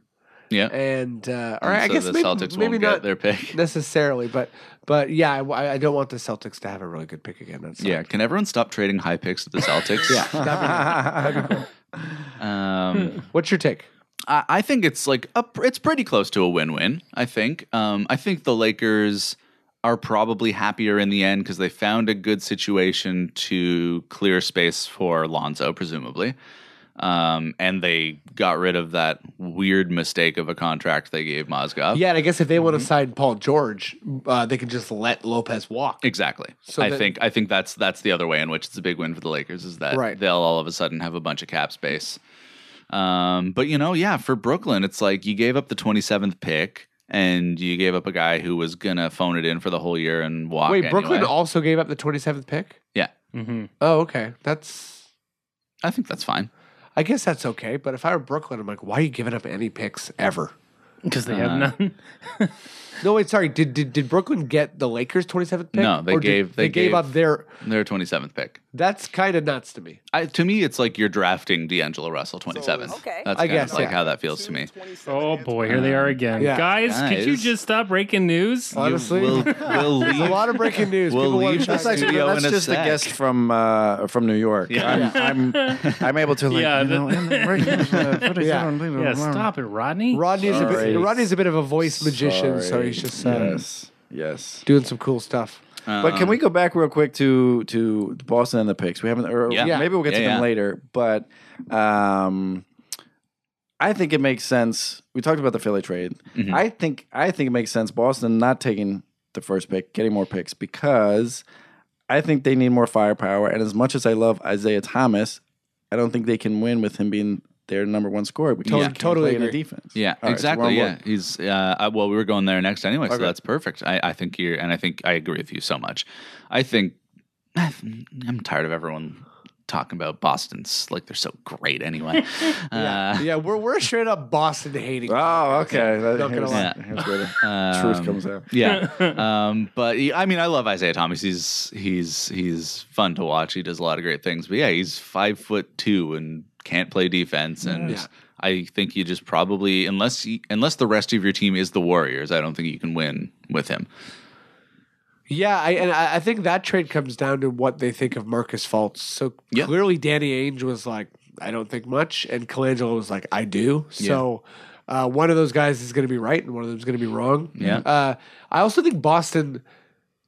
[SPEAKER 5] yeah.
[SPEAKER 1] and uh, or
[SPEAKER 5] And
[SPEAKER 1] I
[SPEAKER 5] so
[SPEAKER 1] guess
[SPEAKER 5] the
[SPEAKER 1] maybe,
[SPEAKER 5] Celtics
[SPEAKER 1] maybe
[SPEAKER 5] won't
[SPEAKER 1] not
[SPEAKER 5] get their pick.
[SPEAKER 1] necessarily, but but yeah, I, I don't want the Celtics to have a really good pick again. That's
[SPEAKER 5] Yeah, can everyone stop trading high picks to the Celtics?
[SPEAKER 1] yeah. that'd be- that'd be cool.
[SPEAKER 5] Um,
[SPEAKER 1] What's your take?
[SPEAKER 5] I, I think it's like a, pr- it's pretty close to a win-win. I think. Um, I think the Lakers are probably happier in the end because they found a good situation to clear space for Lonzo, presumably. Um, and they got rid of that weird mistake of a contract they gave Mozgov.
[SPEAKER 1] Yeah, and I guess if they want
[SPEAKER 5] Mm-hmm.
[SPEAKER 1] to sign Paul George, uh, they can just let Lopez walk.
[SPEAKER 5] Exactly.
[SPEAKER 1] So
[SPEAKER 5] I
[SPEAKER 1] that-
[SPEAKER 5] think I think that's that's the other way in which it's a big win for the Lakers is that
[SPEAKER 1] Right.
[SPEAKER 5] they'll all of a sudden have a bunch of cap space. Um, but you know, yeah, for Brooklyn, it's like you gave up the 27th pick and you gave up a guy who was gonna phone it in for the whole year and walk.
[SPEAKER 1] Wait, Brooklyn
[SPEAKER 5] anyway.
[SPEAKER 1] also gave up the twenty seventh pick.
[SPEAKER 5] yeah,
[SPEAKER 4] Mm-hmm.
[SPEAKER 1] Oh, okay, that's.
[SPEAKER 5] I think that's fine.
[SPEAKER 1] I guess that's okay, but if I were Brooklyn, I'm like, why are you giving up any picks ever?
[SPEAKER 5] Uh-huh.
[SPEAKER 4] Because they have none.
[SPEAKER 1] No, wait, sorry. Did did, did Brooklyn get the Lakers 27th pick?
[SPEAKER 5] No, they
[SPEAKER 1] Or did-
[SPEAKER 5] gave-
[SPEAKER 1] they,
[SPEAKER 5] they
[SPEAKER 1] gave
[SPEAKER 5] gave-
[SPEAKER 1] up their.
[SPEAKER 5] Their 27th pick.
[SPEAKER 1] That's kind of nuts to me.
[SPEAKER 5] I, to me, it's like you're drafting D'Angelo Russell 27th.
[SPEAKER 7] okay.
[SPEAKER 5] that's
[SPEAKER 1] I
[SPEAKER 5] kind
[SPEAKER 1] guess,
[SPEAKER 5] of like
[SPEAKER 1] yeah.
[SPEAKER 5] how that feels to me.
[SPEAKER 4] Oh boy, here they are again.
[SPEAKER 1] Yeah.
[SPEAKER 4] Guys, could you
[SPEAKER 5] Guys. Oh,
[SPEAKER 4] just stop breaking news?
[SPEAKER 1] Honestly,
[SPEAKER 5] we'll, we'll
[SPEAKER 1] a
[SPEAKER 5] leave.
[SPEAKER 1] lot of breaking news.
[SPEAKER 5] We'll
[SPEAKER 1] People want
[SPEAKER 5] leave
[SPEAKER 1] to
[SPEAKER 5] this
[SPEAKER 1] track
[SPEAKER 6] That's
[SPEAKER 1] it.
[SPEAKER 6] actually
[SPEAKER 5] Studio
[SPEAKER 6] that's
[SPEAKER 5] in a
[SPEAKER 6] just
[SPEAKER 5] sec.
[SPEAKER 6] a guest from uh, from New York.
[SPEAKER 5] Yeah.
[SPEAKER 6] I'm, I'm I'm able to like
[SPEAKER 4] Yeah,
[SPEAKER 6] you know,
[SPEAKER 4] that-
[SPEAKER 6] and the Rangers, uh, 47,
[SPEAKER 1] Yeah.
[SPEAKER 6] blah, blah,
[SPEAKER 4] Yeah,
[SPEAKER 6] blah.
[SPEAKER 4] stop it, Rodney.
[SPEAKER 1] Rodney's a bit,
[SPEAKER 6] Sorry.
[SPEAKER 1] Rodney's a bit of a voice magician, so
[SPEAKER 6] Sorry.
[SPEAKER 1] he's just uh,
[SPEAKER 6] yes, yes.
[SPEAKER 1] doing some cool stuff.
[SPEAKER 6] But can we
[SPEAKER 5] Um,
[SPEAKER 6] go back real quick to to Boston and the picks? We haven't. Or
[SPEAKER 5] Yeah.
[SPEAKER 6] Maybe we'll get to
[SPEAKER 5] Yeah,
[SPEAKER 6] them
[SPEAKER 5] yeah.
[SPEAKER 6] later. But um, I think it makes sense. We talked about the Philly trade.
[SPEAKER 5] Mm-hmm.
[SPEAKER 6] I think I think it makes sense. Boston not taking the first pick, getting more picks because I think they need more firepower. And as much as I love Isaiah Thomas, I don't think they can win with him being their number one scorer. We
[SPEAKER 1] Totally-
[SPEAKER 6] can't
[SPEAKER 1] totally
[SPEAKER 6] play in the
[SPEAKER 1] agree.
[SPEAKER 6] defense.
[SPEAKER 5] Yeah,
[SPEAKER 6] All right, so
[SPEAKER 5] exactly.
[SPEAKER 6] we're on
[SPEAKER 5] yeah,
[SPEAKER 6] board.
[SPEAKER 5] he's uh, I- well. We were going there next anyway, so
[SPEAKER 6] Okay.
[SPEAKER 5] that's perfect. I, I think you're, and I think I agree with you so much. I think I'm tired of everyone talking about Boston's like they're so great anyway. uh,
[SPEAKER 1] Yeah, we're we're straight up Boston hating.
[SPEAKER 6] Oh, okay. That,
[SPEAKER 1] Not gonna
[SPEAKER 6] here's,
[SPEAKER 5] lie.
[SPEAKER 6] here's where the
[SPEAKER 5] Uh,
[SPEAKER 6] truth
[SPEAKER 5] um,
[SPEAKER 6] comes out.
[SPEAKER 5] yeah. Um, but he- I mean, I love Isaiah Thomas. He's he's he's fun to watch. He does a lot of great things. But yeah, he's five foot two and can't play defense. And
[SPEAKER 1] Yeah.
[SPEAKER 5] I think you just probably unless you, unless the rest of your team is the Warriors, I don't think you can win with him.
[SPEAKER 1] Yeah, I, and I I think that trade comes down to what they think of Marcus Fultz. So
[SPEAKER 5] Yeah.
[SPEAKER 1] clearly, Danny Ainge was like, "I don't think much," and Colangelo was like, "I do." So uh, one of those guys is going to be right, and one of them is going to be wrong.
[SPEAKER 5] Yeah.
[SPEAKER 1] Uh, I also think Boston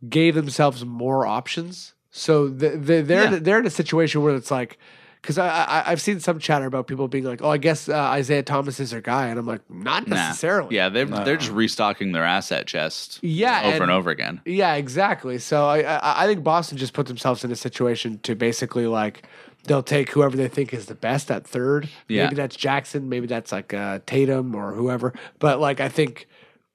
[SPEAKER 1] gave themselves more options, so th th they're
[SPEAKER 5] Yeah.
[SPEAKER 1] they're in a situation where it's like. Because I, I I've seen some chatter about people being like, oh, I guess uh, Isaiah Thomas is their guy, and I'm like, not
[SPEAKER 5] Nah.
[SPEAKER 1] necessarily.
[SPEAKER 5] Yeah, they're they're just restocking their asset chest.
[SPEAKER 1] Yeah,
[SPEAKER 5] over and,
[SPEAKER 1] and-
[SPEAKER 5] over again.
[SPEAKER 1] Yeah, exactly. So I, I I think Boston just put themselves in a situation to basically like they'll take whoever they think is the best at third.
[SPEAKER 5] Yeah.
[SPEAKER 1] Maybe that's Jackson, maybe that's like uh, Tatum or whoever. But like I think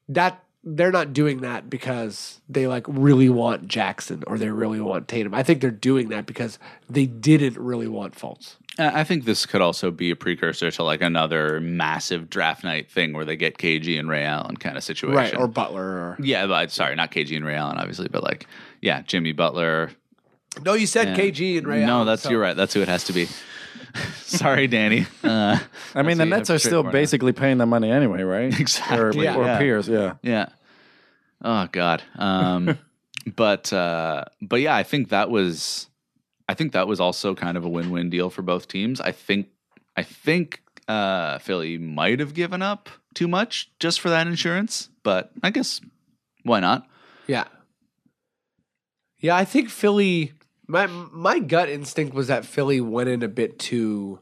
[SPEAKER 1] that they're not doing that because they like really want Jackson or they really want Tatum. I think they're doing that because they didn't really want Fultz.
[SPEAKER 5] I I think this could also be a precursor to like another massive draft night thing where they get KG and Ray Allen kind of situation.
[SPEAKER 1] Right. Or Butler or
[SPEAKER 5] yeah, but sorry, not KG and Ray Allen, obviously, but like yeah, Jimmy Butler.
[SPEAKER 1] No, you said KG and Ray
[SPEAKER 5] no,
[SPEAKER 1] Allen,
[SPEAKER 5] that's
[SPEAKER 1] so-
[SPEAKER 5] you're right. That's who it has to be. sorry, Danny. Uh,
[SPEAKER 6] I mean, the
[SPEAKER 5] you have
[SPEAKER 6] Nets are
[SPEAKER 5] straight
[SPEAKER 6] still
[SPEAKER 5] corner.
[SPEAKER 6] basically paying the money anyway, right?
[SPEAKER 5] Exactly,
[SPEAKER 6] Or,
[SPEAKER 1] Yeah.
[SPEAKER 6] or
[SPEAKER 5] yeah.
[SPEAKER 6] peers, yeah.
[SPEAKER 5] Yeah. Oh God. Um, but uh, but yeah, I think that was, I think that was also kind of a win-win deal for both teams. I think I think uh, Philly might have given up too much just for that insurance, but I guess why not?
[SPEAKER 1] Yeah. Yeah, I think Philly my my gut instinct was that Philly went in a bit too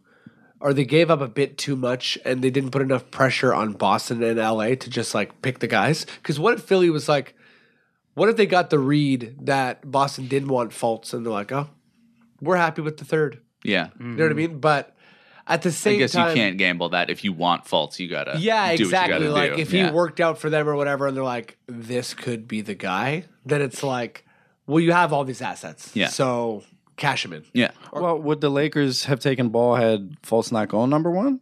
[SPEAKER 1] or they gave up a bit too much and they didn't put enough pressure on Boston and LA to just like pick the guys cuz what if Philly was like what if they got the read that Boston didn't want faults and they're like, "Oh, we're happy with the third.
[SPEAKER 5] Yeah.
[SPEAKER 1] You know what I mean? But at the same
[SPEAKER 5] Mm-hmm. I guess
[SPEAKER 1] time
[SPEAKER 5] you can't gamble that if you want faults, you gotta
[SPEAKER 1] yeah,
[SPEAKER 5] do
[SPEAKER 1] exactly.
[SPEAKER 5] What you gotta
[SPEAKER 1] Like
[SPEAKER 5] do.
[SPEAKER 1] if
[SPEAKER 5] yeah.
[SPEAKER 1] he worked out for them or whatever, and they're like, "This could be the guy," then it's like, "Well, you have all these assets,
[SPEAKER 5] Yeah.
[SPEAKER 1] So cash him in."
[SPEAKER 5] yeah,
[SPEAKER 6] Well, would the Lakers have taken ball had false not gone number one?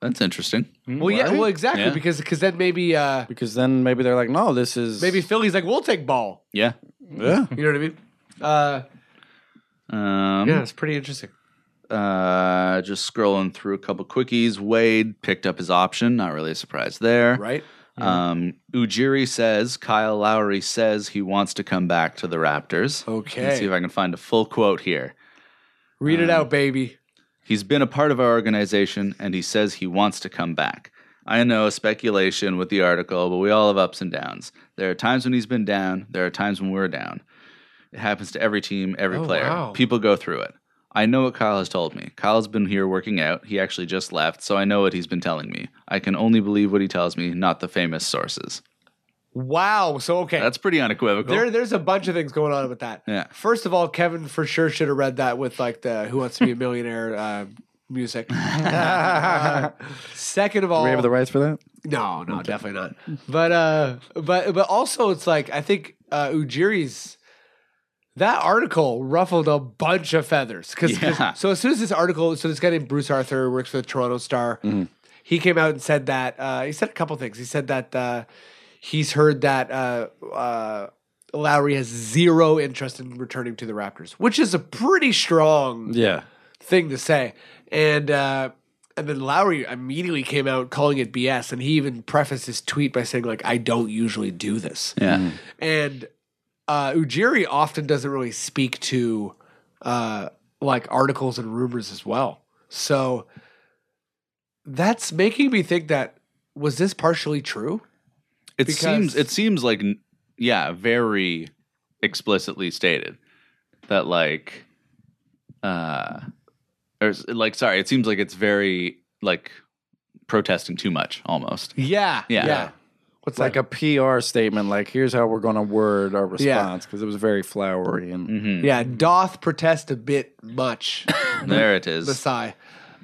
[SPEAKER 5] that's interesting.
[SPEAKER 1] Well, yeah, well, exactly
[SPEAKER 5] Mm, Yeah.
[SPEAKER 1] because because then maybe uh
[SPEAKER 6] Because then maybe they're like, no, this is
[SPEAKER 1] maybe Philly's like, "We'll take ball."
[SPEAKER 5] Yeah.
[SPEAKER 6] yeah.
[SPEAKER 1] You know what I mean? Uh,
[SPEAKER 5] Mm-hmm. Um,
[SPEAKER 1] yeah, it's pretty interesting.
[SPEAKER 5] Uh, just scrolling through a couple quickies. Wade picked up his option. Not really a surprise there.
[SPEAKER 1] Right?
[SPEAKER 5] Um, Ujiri says Kyle Lowry says he wants to come back to the Raptors. Let's see if
[SPEAKER 1] Okay,
[SPEAKER 5] I can find a full quote here.
[SPEAKER 1] read
[SPEAKER 5] Um,
[SPEAKER 1] it out, baby.
[SPEAKER 5] He's been a part of our organization and he says he wants to come back. I know speculation with the article, but we all have ups and downs. There are times when he's been down, there are times when we're down. It happens to every team, every
[SPEAKER 1] Oh,
[SPEAKER 5] player.
[SPEAKER 1] wow.
[SPEAKER 5] People go through it. I know what Kyle has told me. Kyle's been here working out. He actually just left, so I know what he's been telling me. I can only believe what he tells me, not the famous sources.
[SPEAKER 1] Wow. So okay,
[SPEAKER 5] That's pretty unequivocal.
[SPEAKER 1] There, there's a bunch of things going on with that.
[SPEAKER 5] Yeah.
[SPEAKER 1] First of all, Kevin for sure should have read that with like the "Who Wants to Be a Millionaire" uh, music. Second of all,
[SPEAKER 6] Do we have the rights for that?
[SPEAKER 1] no, no, definitely not. But uh, but but also, it's like I think uh, Ujiri's that article ruffled a bunch of feathers because
[SPEAKER 5] Yeah.
[SPEAKER 1] so as soon as this article, so this guy named Bruce Arthur works for the Toronto Star. He came out and said that uh, he said a couple things. He said that uh, he's heard that uh, uh, Lowry has zero interest in returning to the Raptors, which is a pretty strong
[SPEAKER 6] Yeah.
[SPEAKER 1] thing to say. And uh, and then Lowry immediately came out calling it BS, and he even prefaced his tweet by saying like, "I don't usually do this."
[SPEAKER 5] yeah.
[SPEAKER 1] And uh, Ujiri often doesn't really speak to uh, like articles and rumors as well. So that's making me think that was this partially true?
[SPEAKER 5] It
[SPEAKER 1] Because-
[SPEAKER 5] seems it seems like n- yeah, very explicitly stated that like uh or s- like sorry, it seems like it's very like protesting too much almost.
[SPEAKER 1] Yeah,
[SPEAKER 5] Yeah.
[SPEAKER 1] What's
[SPEAKER 6] It's like
[SPEAKER 1] that?
[SPEAKER 6] a PR statement, like here's how we're going to word our
[SPEAKER 1] Yeah.
[SPEAKER 6] response because it was very flowery and
[SPEAKER 5] Mhm.
[SPEAKER 1] yeah? Doth protest a bit much.
[SPEAKER 5] There it
[SPEAKER 1] the
[SPEAKER 5] is.
[SPEAKER 1] sigh.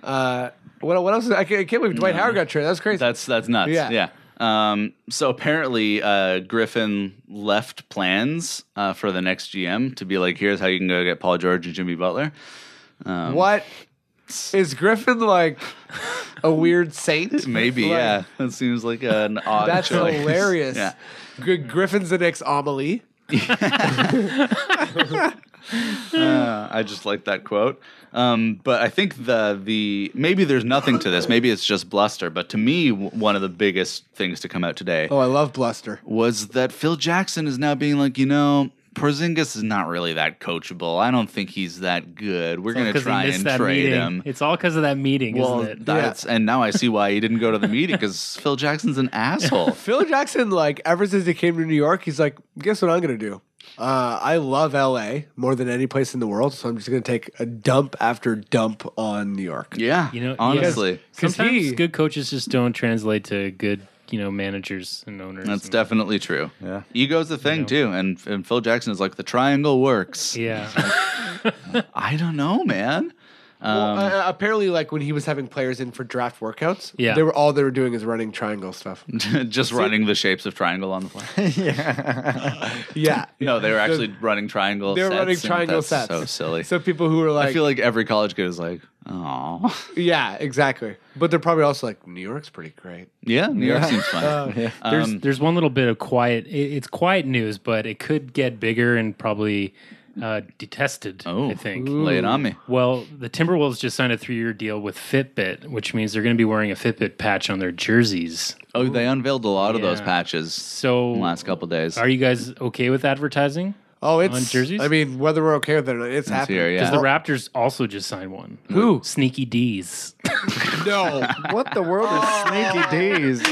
[SPEAKER 1] Uh, what what else? Is, I, can't, I can't believe Dwight Howard got traded. That's crazy.
[SPEAKER 5] That's that's nuts.
[SPEAKER 1] Yeah.
[SPEAKER 5] Yeah. Um so apparently uh Griffin left plans uh for the next GM to be like here's how you can go get Paul George and Jimmy Butler.
[SPEAKER 1] What is Griffin like? A weird saint?
[SPEAKER 5] Maybe,
[SPEAKER 1] Like,
[SPEAKER 5] yeah. That seems like an odd
[SPEAKER 1] That's
[SPEAKER 5] choice.
[SPEAKER 1] hilarious.
[SPEAKER 5] Yeah.
[SPEAKER 1] Gr- Griffin's the next Amelie.
[SPEAKER 5] Uh, I just like that quote. Um, but I think the the maybe there's nothing to this. Maybe it's just bluster. But to me, w- one of the biggest things to come out today
[SPEAKER 1] Oh, I love bluster.
[SPEAKER 5] was that Phil Jackson is now being like, you know, Porzingis is not really that coachable. I don't think he's that good. We're gonna
[SPEAKER 4] Because he
[SPEAKER 5] try
[SPEAKER 4] missed
[SPEAKER 5] and
[SPEAKER 4] that
[SPEAKER 5] trade
[SPEAKER 4] meeting.
[SPEAKER 5] him.
[SPEAKER 4] It's all because of that meeting,
[SPEAKER 5] Well,
[SPEAKER 4] isn't it?
[SPEAKER 5] that's and now I see why he didn't go to the meeting because Phil Jackson's an asshole.
[SPEAKER 1] Phil Jackson, like ever since he came to New York, he's like, guess what I'm gonna do? Uh, I love L.A. more than any place in the world, so I'm just gonna take a dump after dump on New York.
[SPEAKER 5] yeah,
[SPEAKER 4] You know,
[SPEAKER 5] honestly,
[SPEAKER 1] Because
[SPEAKER 4] Sometimes
[SPEAKER 1] he-
[SPEAKER 4] good coaches just don't translate to good, you know, managers and owners.
[SPEAKER 5] that's
[SPEAKER 4] and-
[SPEAKER 5] definitely true.
[SPEAKER 6] Yeah.
[SPEAKER 5] ego's the thing too, and and Um, Phil Jackson is like the triangle works.
[SPEAKER 4] Yeah.
[SPEAKER 5] I don't know, man.
[SPEAKER 1] Well, uh, apparently, like when he was having players in for draft workouts,
[SPEAKER 4] Yeah.
[SPEAKER 1] they were all they were doing is running triangle stuff.
[SPEAKER 5] just running the shapes of triangle on the fly.
[SPEAKER 1] yeah,
[SPEAKER 5] no, they were actually running triangle.
[SPEAKER 1] they were
[SPEAKER 5] sets
[SPEAKER 1] running
[SPEAKER 5] and
[SPEAKER 1] triangle
[SPEAKER 5] that's
[SPEAKER 1] sets.
[SPEAKER 5] So silly.
[SPEAKER 1] So people who were like,
[SPEAKER 5] I feel like every college kid is like, oh,
[SPEAKER 1] yeah, exactly. But they're probably also like, New York's pretty great.
[SPEAKER 5] yeah, New York seems fun.
[SPEAKER 1] Oh,
[SPEAKER 4] There's
[SPEAKER 5] Um,
[SPEAKER 4] there's one little bit of quiet. It, it's quiet news, but it could get bigger and probably uh, detested.
[SPEAKER 5] oh,
[SPEAKER 4] I think.
[SPEAKER 5] lay it on me.
[SPEAKER 4] Well, the Timberwolves just signed a three-year deal with Fitbit, which means they're going to be wearing a Fitbit patch on their jerseys.
[SPEAKER 5] Oh, they unveiled a lot of those
[SPEAKER 4] Yeah.
[SPEAKER 5] patches.
[SPEAKER 4] So,
[SPEAKER 5] in the last couple days.
[SPEAKER 4] are you guys okay with advertising?
[SPEAKER 1] Oh, it's
[SPEAKER 4] On jerseys?
[SPEAKER 1] I mean, whether we're okay with it, or not, it's happening.
[SPEAKER 5] here, yeah.
[SPEAKER 4] Because the Raptors also just signed one.
[SPEAKER 1] Who?
[SPEAKER 4] Sneaky D's.
[SPEAKER 1] No,
[SPEAKER 6] What the world is
[SPEAKER 1] Oh.
[SPEAKER 6] sneaky D's?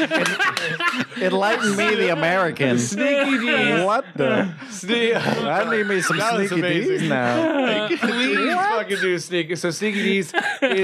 [SPEAKER 6] Enlighten me, the American.
[SPEAKER 1] sneaky D's.
[SPEAKER 6] What the? I need me some
[SPEAKER 1] That was
[SPEAKER 6] sneaky
[SPEAKER 1] amazing.
[SPEAKER 6] D's now.
[SPEAKER 1] Please fucking do sneaky. So sneaky D's is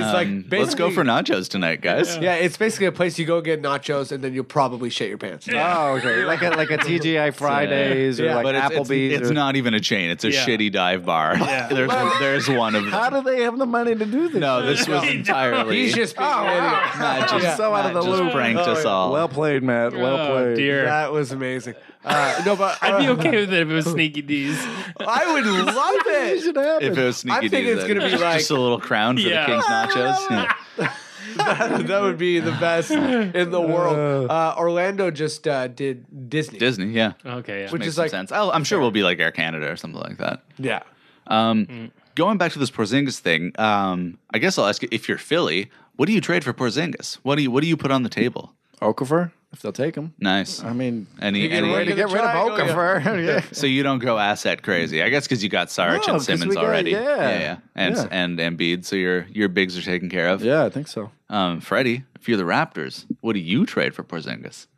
[SPEAKER 1] like
[SPEAKER 5] Um,
[SPEAKER 1] basically.
[SPEAKER 5] let's go for nachos tonight, guys.
[SPEAKER 1] Yeah, it's basically a place you go get nachos and then you'll probably shit your pants.
[SPEAKER 6] Oh, okay. Like a like a TGI Fridays or
[SPEAKER 1] Yeah.
[SPEAKER 6] like
[SPEAKER 5] But it's, it's,
[SPEAKER 6] Applebee's.
[SPEAKER 5] it's
[SPEAKER 6] or-
[SPEAKER 5] not even a chain. It's a
[SPEAKER 4] Yeah.
[SPEAKER 5] shitty dive bar. there's there's one of them.
[SPEAKER 6] How do they have the money to do this?
[SPEAKER 5] no, this was entirely.
[SPEAKER 1] He's just being an idiot.
[SPEAKER 5] Matt just,
[SPEAKER 1] Yeah.
[SPEAKER 6] so out of
[SPEAKER 5] Matt
[SPEAKER 6] the
[SPEAKER 5] just
[SPEAKER 6] loop.
[SPEAKER 5] pranked us all.
[SPEAKER 6] Well played, Matt. Well
[SPEAKER 4] Oh
[SPEAKER 6] played.
[SPEAKER 4] dear.
[SPEAKER 1] That was amazing. Uh, no, but
[SPEAKER 4] I'd be okay with it if it was Sneaky D's.
[SPEAKER 1] I would love
[SPEAKER 6] It
[SPEAKER 1] it.
[SPEAKER 6] should happen.
[SPEAKER 5] if it was sneaky,
[SPEAKER 1] I'm thinking
[SPEAKER 5] D's,
[SPEAKER 1] it's gonna
[SPEAKER 5] then
[SPEAKER 1] be like-
[SPEAKER 5] just a little crown for
[SPEAKER 4] Yeah.
[SPEAKER 5] the King's nachos. Yeah.
[SPEAKER 1] that would be the best in the world. Uh, Orlando just uh, did Disney.
[SPEAKER 5] Disney, yeah,
[SPEAKER 4] Okay. Yeah.
[SPEAKER 1] Which
[SPEAKER 5] makes
[SPEAKER 1] is
[SPEAKER 5] some
[SPEAKER 1] like-
[SPEAKER 5] sense. I'll, I'm sure we'll be like Air Canada or something like that.
[SPEAKER 1] Yeah.
[SPEAKER 5] Um, Going back to this Porzingis thing, um, I guess I'll ask you if you're Philly, what do you trade for Porzingis? What do you what do you put on the table?
[SPEAKER 6] Okafor, if they'll take him.
[SPEAKER 5] Nice.
[SPEAKER 6] I mean,
[SPEAKER 5] Any,
[SPEAKER 1] can
[SPEAKER 5] any
[SPEAKER 1] wait
[SPEAKER 6] way to
[SPEAKER 1] Look at
[SPEAKER 6] get
[SPEAKER 1] the
[SPEAKER 6] rid of
[SPEAKER 1] triangle,
[SPEAKER 6] Okafor. yeah.
[SPEAKER 5] So you don't go asset crazy, I guess, because you got Saric
[SPEAKER 6] No,
[SPEAKER 5] and
[SPEAKER 6] 'cause we
[SPEAKER 5] Simmons
[SPEAKER 6] got-
[SPEAKER 5] already.
[SPEAKER 6] yeah.
[SPEAKER 5] yeah, yeah. and
[SPEAKER 6] Yeah.
[SPEAKER 5] and Embiid. So your your bigs are taken care of.
[SPEAKER 6] yeah, I think so.
[SPEAKER 5] Um, Freddie, if you're the Raptors, what do you trade for Porzingis?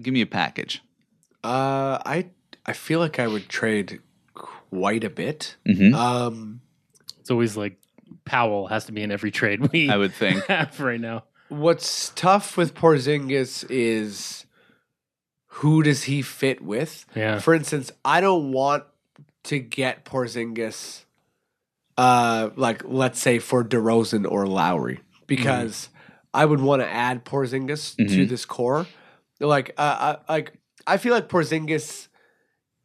[SPEAKER 5] Give me a package.
[SPEAKER 1] Uh, I I feel like I would trade quite a bit. Um,
[SPEAKER 4] It's always like Powell has to be in every trade we
[SPEAKER 5] I would think.
[SPEAKER 4] have right now.
[SPEAKER 1] what's tough with Porzingis is who does he fit with?
[SPEAKER 4] Yeah.
[SPEAKER 1] For instance, I don't want to get Porzingis, uh, like let's say for DeRozan or Lowry,
[SPEAKER 5] Mm-hmm.
[SPEAKER 1] because I would want to add Porzingis to this core. Like, uh, I, like I feel like Porzingis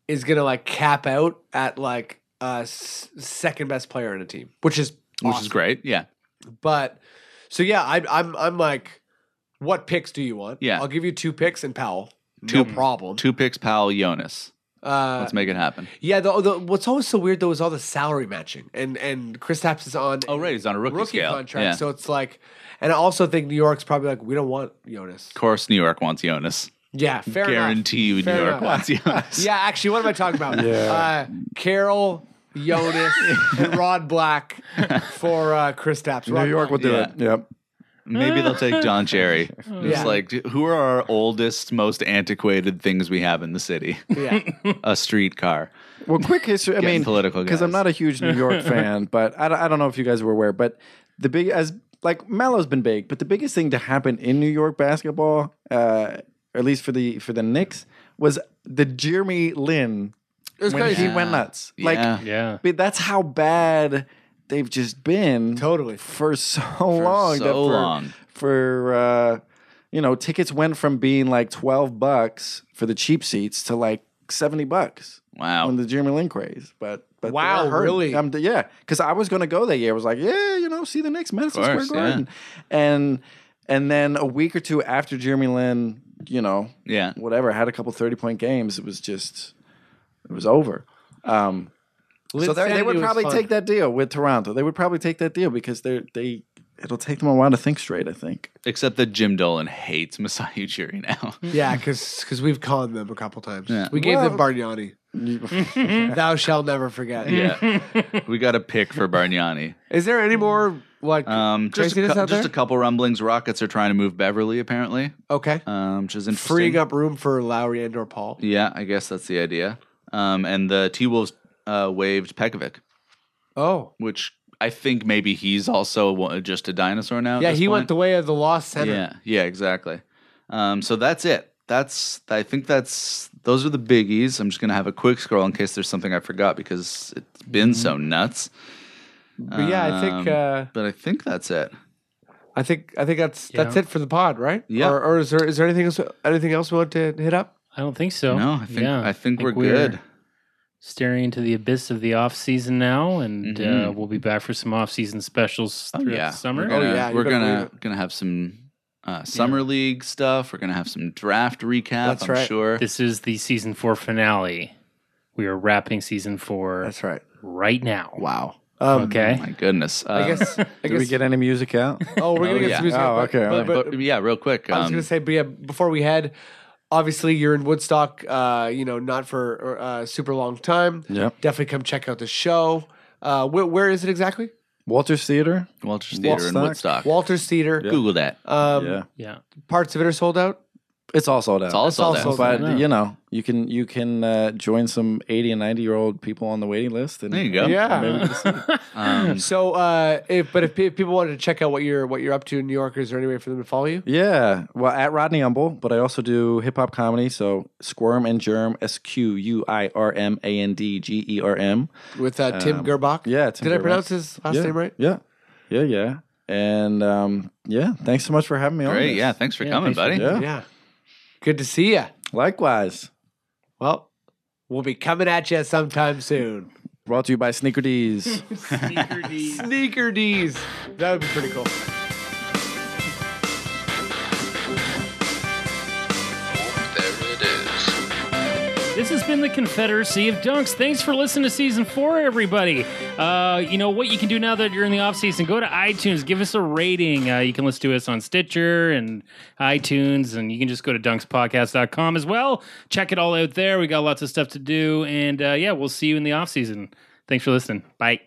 [SPEAKER 1] is gonna like cap out at like uh, s- second best player in a team, which is
[SPEAKER 5] Which
[SPEAKER 1] awesome.
[SPEAKER 5] is great. Yeah.
[SPEAKER 1] But so yeah, I, I'm I'm like, what picks do you want?
[SPEAKER 5] Yeah.
[SPEAKER 1] I'll give you two picks and Powell.
[SPEAKER 5] Two-
[SPEAKER 1] no problem.
[SPEAKER 5] Two picks, Powell, Jonas.
[SPEAKER 1] uh,
[SPEAKER 5] Let's make it happen.
[SPEAKER 1] yeah. The, the, what's always so weird though is all the salary matching, and and Chris Tapps is on.
[SPEAKER 5] Oh, right. He's on a rookie,
[SPEAKER 1] rookie
[SPEAKER 5] scale.
[SPEAKER 1] contract.
[SPEAKER 5] yeah.
[SPEAKER 1] So it's like, and I also think New York's probably like, we don't want Jonas.
[SPEAKER 5] of course, New York wants Jonas.
[SPEAKER 1] Yeah, fair
[SPEAKER 5] Guarantee you,
[SPEAKER 1] enough. Fair
[SPEAKER 5] New York
[SPEAKER 1] enough.
[SPEAKER 5] wants Jonas.
[SPEAKER 1] Yeah, actually, what am I talking about? uh, Carol. Jonas and Rod Black for uh, Chris Tapps.
[SPEAKER 6] New York will do
[SPEAKER 5] Yeah.
[SPEAKER 6] it. Yep.
[SPEAKER 5] Maybe they'll take Don Cherry. Just like, who are our oldest, most antiquated things we have in the city?
[SPEAKER 1] Yeah.
[SPEAKER 5] a streetcar.
[SPEAKER 6] Well, quick history. I
[SPEAKER 5] Getting
[SPEAKER 6] mean,
[SPEAKER 5] political,
[SPEAKER 6] because I'm
[SPEAKER 5] guys.
[SPEAKER 6] not a huge New York fan, but I, don't- I don't know if you guys were aware, but the big as like Melo's been big, but the biggest thing to happen in New York basketball, uh, or at least for the for the Knicks, was the Jeremy Lin when
[SPEAKER 1] crazy.
[SPEAKER 6] he went nuts. Like,
[SPEAKER 5] yeah.
[SPEAKER 4] Yeah.
[SPEAKER 6] but that's how bad they've just been
[SPEAKER 1] Totally.
[SPEAKER 6] for so long.
[SPEAKER 5] so
[SPEAKER 6] that for,
[SPEAKER 5] long.
[SPEAKER 6] for uh, you know, tickets went from being like twelve bucks for the cheap seats to like seventy bucks on
[SPEAKER 5] Wow.
[SPEAKER 6] the Jeremy Lin craze. But, but they
[SPEAKER 1] Wow,
[SPEAKER 6] are hurting.
[SPEAKER 1] really?
[SPEAKER 6] Um, th- yeah, because I was going to go that year. I was like, yeah, you know, see the next Madison
[SPEAKER 5] course,
[SPEAKER 6] Square Garden, and and then a week or two after Jeremy Lin, you know,
[SPEAKER 5] Yeah.
[SPEAKER 6] whatever, had a couple thirty point games. It was just, it was over. Um, so they- they would probably take that deal with Toronto. They would probably take that deal because they're they. It'll take them a while to think straight. I think.
[SPEAKER 5] Except that Jim Dolan hates Masai Ujiri now.
[SPEAKER 1] Yeah, because we've conned them a couple times.
[SPEAKER 5] Yeah.
[SPEAKER 1] We gave them
[SPEAKER 6] Well-
[SPEAKER 1] Bargnani. Thou shalt never forget.
[SPEAKER 5] yeah. We got a pick for Bargnani.
[SPEAKER 1] Is there any more like
[SPEAKER 6] Uh,
[SPEAKER 5] Um, just, a,
[SPEAKER 1] craziness
[SPEAKER 5] cou-
[SPEAKER 1] out
[SPEAKER 5] just
[SPEAKER 1] there?
[SPEAKER 5] a couple rumblings. Rockets are trying to move Beverly, apparently,
[SPEAKER 1] okay,
[SPEAKER 5] um, which is interesting.
[SPEAKER 1] freeing up room for Lowry and or Paul.
[SPEAKER 5] Yeah, I guess that's the idea. Um, and the T Wolves uh, waived Pekovic,
[SPEAKER 1] Oh,
[SPEAKER 5] which I think maybe he's also wa- just a dinosaur now. at
[SPEAKER 1] yeah,
[SPEAKER 5] this
[SPEAKER 1] he
[SPEAKER 5] point.
[SPEAKER 1] went the way of the lost center.
[SPEAKER 5] Yeah, yeah, exactly. Um, so that's it. That's I think that's those are the biggies. I'm just gonna have a quick scroll in case there's something I forgot because it's been so nuts.
[SPEAKER 1] Mm-hmm. But yeah, I think
[SPEAKER 5] Um,
[SPEAKER 1] uh,
[SPEAKER 5] but I think that's it.
[SPEAKER 1] I think I think that's
[SPEAKER 4] Yeah.
[SPEAKER 1] that's it for the pod, right?
[SPEAKER 5] Yeah.
[SPEAKER 1] Or, or is there is there anything else anything else we want to hit up?
[SPEAKER 4] I don't think so.
[SPEAKER 5] no, I think
[SPEAKER 4] Yeah,
[SPEAKER 5] I think, we're, good.
[SPEAKER 4] Staring into the abyss of the off season now, and uh,
[SPEAKER 5] Mhm.
[SPEAKER 4] we'll be back for some off season specials
[SPEAKER 5] Oh,
[SPEAKER 4] throughout
[SPEAKER 5] yeah.
[SPEAKER 4] the summer.
[SPEAKER 5] We're
[SPEAKER 1] Oh,
[SPEAKER 5] gonna,
[SPEAKER 1] yeah, you
[SPEAKER 5] we're
[SPEAKER 1] better
[SPEAKER 5] gonna
[SPEAKER 1] believe
[SPEAKER 5] gonna have some uh, summer league stuff. We're gonna have some draft recap.
[SPEAKER 1] That's
[SPEAKER 5] I'm
[SPEAKER 1] right.
[SPEAKER 5] sure.
[SPEAKER 4] This is the season four finale. We are wrapping season four
[SPEAKER 1] That's right.
[SPEAKER 4] right now.
[SPEAKER 5] wow.
[SPEAKER 1] Um,
[SPEAKER 5] Oh
[SPEAKER 4] Okay.
[SPEAKER 5] my goodness. Uh,
[SPEAKER 1] I guess. I
[SPEAKER 6] Did we
[SPEAKER 1] guess.
[SPEAKER 6] get any music out?
[SPEAKER 1] oh, we're gonna
[SPEAKER 5] Oh,
[SPEAKER 1] get
[SPEAKER 5] yeah.
[SPEAKER 1] some music.
[SPEAKER 6] Oh,
[SPEAKER 1] but-
[SPEAKER 6] okay,
[SPEAKER 1] but-
[SPEAKER 6] alright.
[SPEAKER 1] but-
[SPEAKER 5] but yeah, real quick.
[SPEAKER 1] I was
[SPEAKER 5] um,
[SPEAKER 1] gonna say, but yeah, before we head, obviously you're in Woodstock, uh, you know, not for uh, super long time.
[SPEAKER 6] Yep.
[SPEAKER 1] Definitely come check out the show. Uh, where, where is it exactly?
[SPEAKER 6] Walter's Theater.
[SPEAKER 5] Walter's Theater in
[SPEAKER 6] Woodstock.
[SPEAKER 5] Woodstock.
[SPEAKER 1] Walter's Theater.
[SPEAKER 5] Google that.
[SPEAKER 1] Um,
[SPEAKER 6] yeah,
[SPEAKER 4] Yeah.
[SPEAKER 1] Parts of it are sold out.
[SPEAKER 6] it's all sold out.
[SPEAKER 5] It's all sold
[SPEAKER 1] also-
[SPEAKER 5] out.
[SPEAKER 6] but
[SPEAKER 4] Yeah.
[SPEAKER 6] you know, you can you can uh, join some eighty and ninety year old people on the waiting list. And
[SPEAKER 5] There you go.
[SPEAKER 1] Yeah.
[SPEAKER 5] Um,
[SPEAKER 1] So, uh, if but if, pe- if people wanted to check out what you're what you're up to in New York, is there any way for them to follow you?
[SPEAKER 6] Yeah, well, at Rodney Umble, but I also do hip hop comedy. So Squirm and Germ, S Q U I R M A N D G E R M.
[SPEAKER 1] With uh, Tim
[SPEAKER 6] Um,
[SPEAKER 1] Gerbach.
[SPEAKER 6] yeah, Tim
[SPEAKER 1] Did I
[SPEAKER 6] Gerbach.
[SPEAKER 1] pronounce his last
[SPEAKER 6] yeah,
[SPEAKER 1] name right?
[SPEAKER 6] Yeah, yeah, yeah. And um, yeah, thanks so much for having me on.
[SPEAKER 5] great.
[SPEAKER 6] this.
[SPEAKER 5] Yeah. Thanks for
[SPEAKER 4] Yeah,
[SPEAKER 5] coming,
[SPEAKER 4] thanks for
[SPEAKER 5] buddy.
[SPEAKER 6] Yeah.
[SPEAKER 1] Yeah. Good to see you.
[SPEAKER 6] Likewise.
[SPEAKER 1] Well, we'll be coming at you sometime soon.
[SPEAKER 6] Brought to you by Sneaker D's.
[SPEAKER 1] Sneaker D's. That would be pretty cool.
[SPEAKER 3] There it is.
[SPEAKER 4] This has been the Confederacy of Dunks. Thanks for listening to season four, everybody. Uh, you know what you can do now that you're in the off season? Go to iTunes, give us a rating. Uh, you can listen to us on Stitcher and iTunes, and you can just go to dunkspodcast.com as well. Check it all out there. We got lots of stuff to do, and uh, yeah, we'll see you in the off season. Thanks for listening. Bye.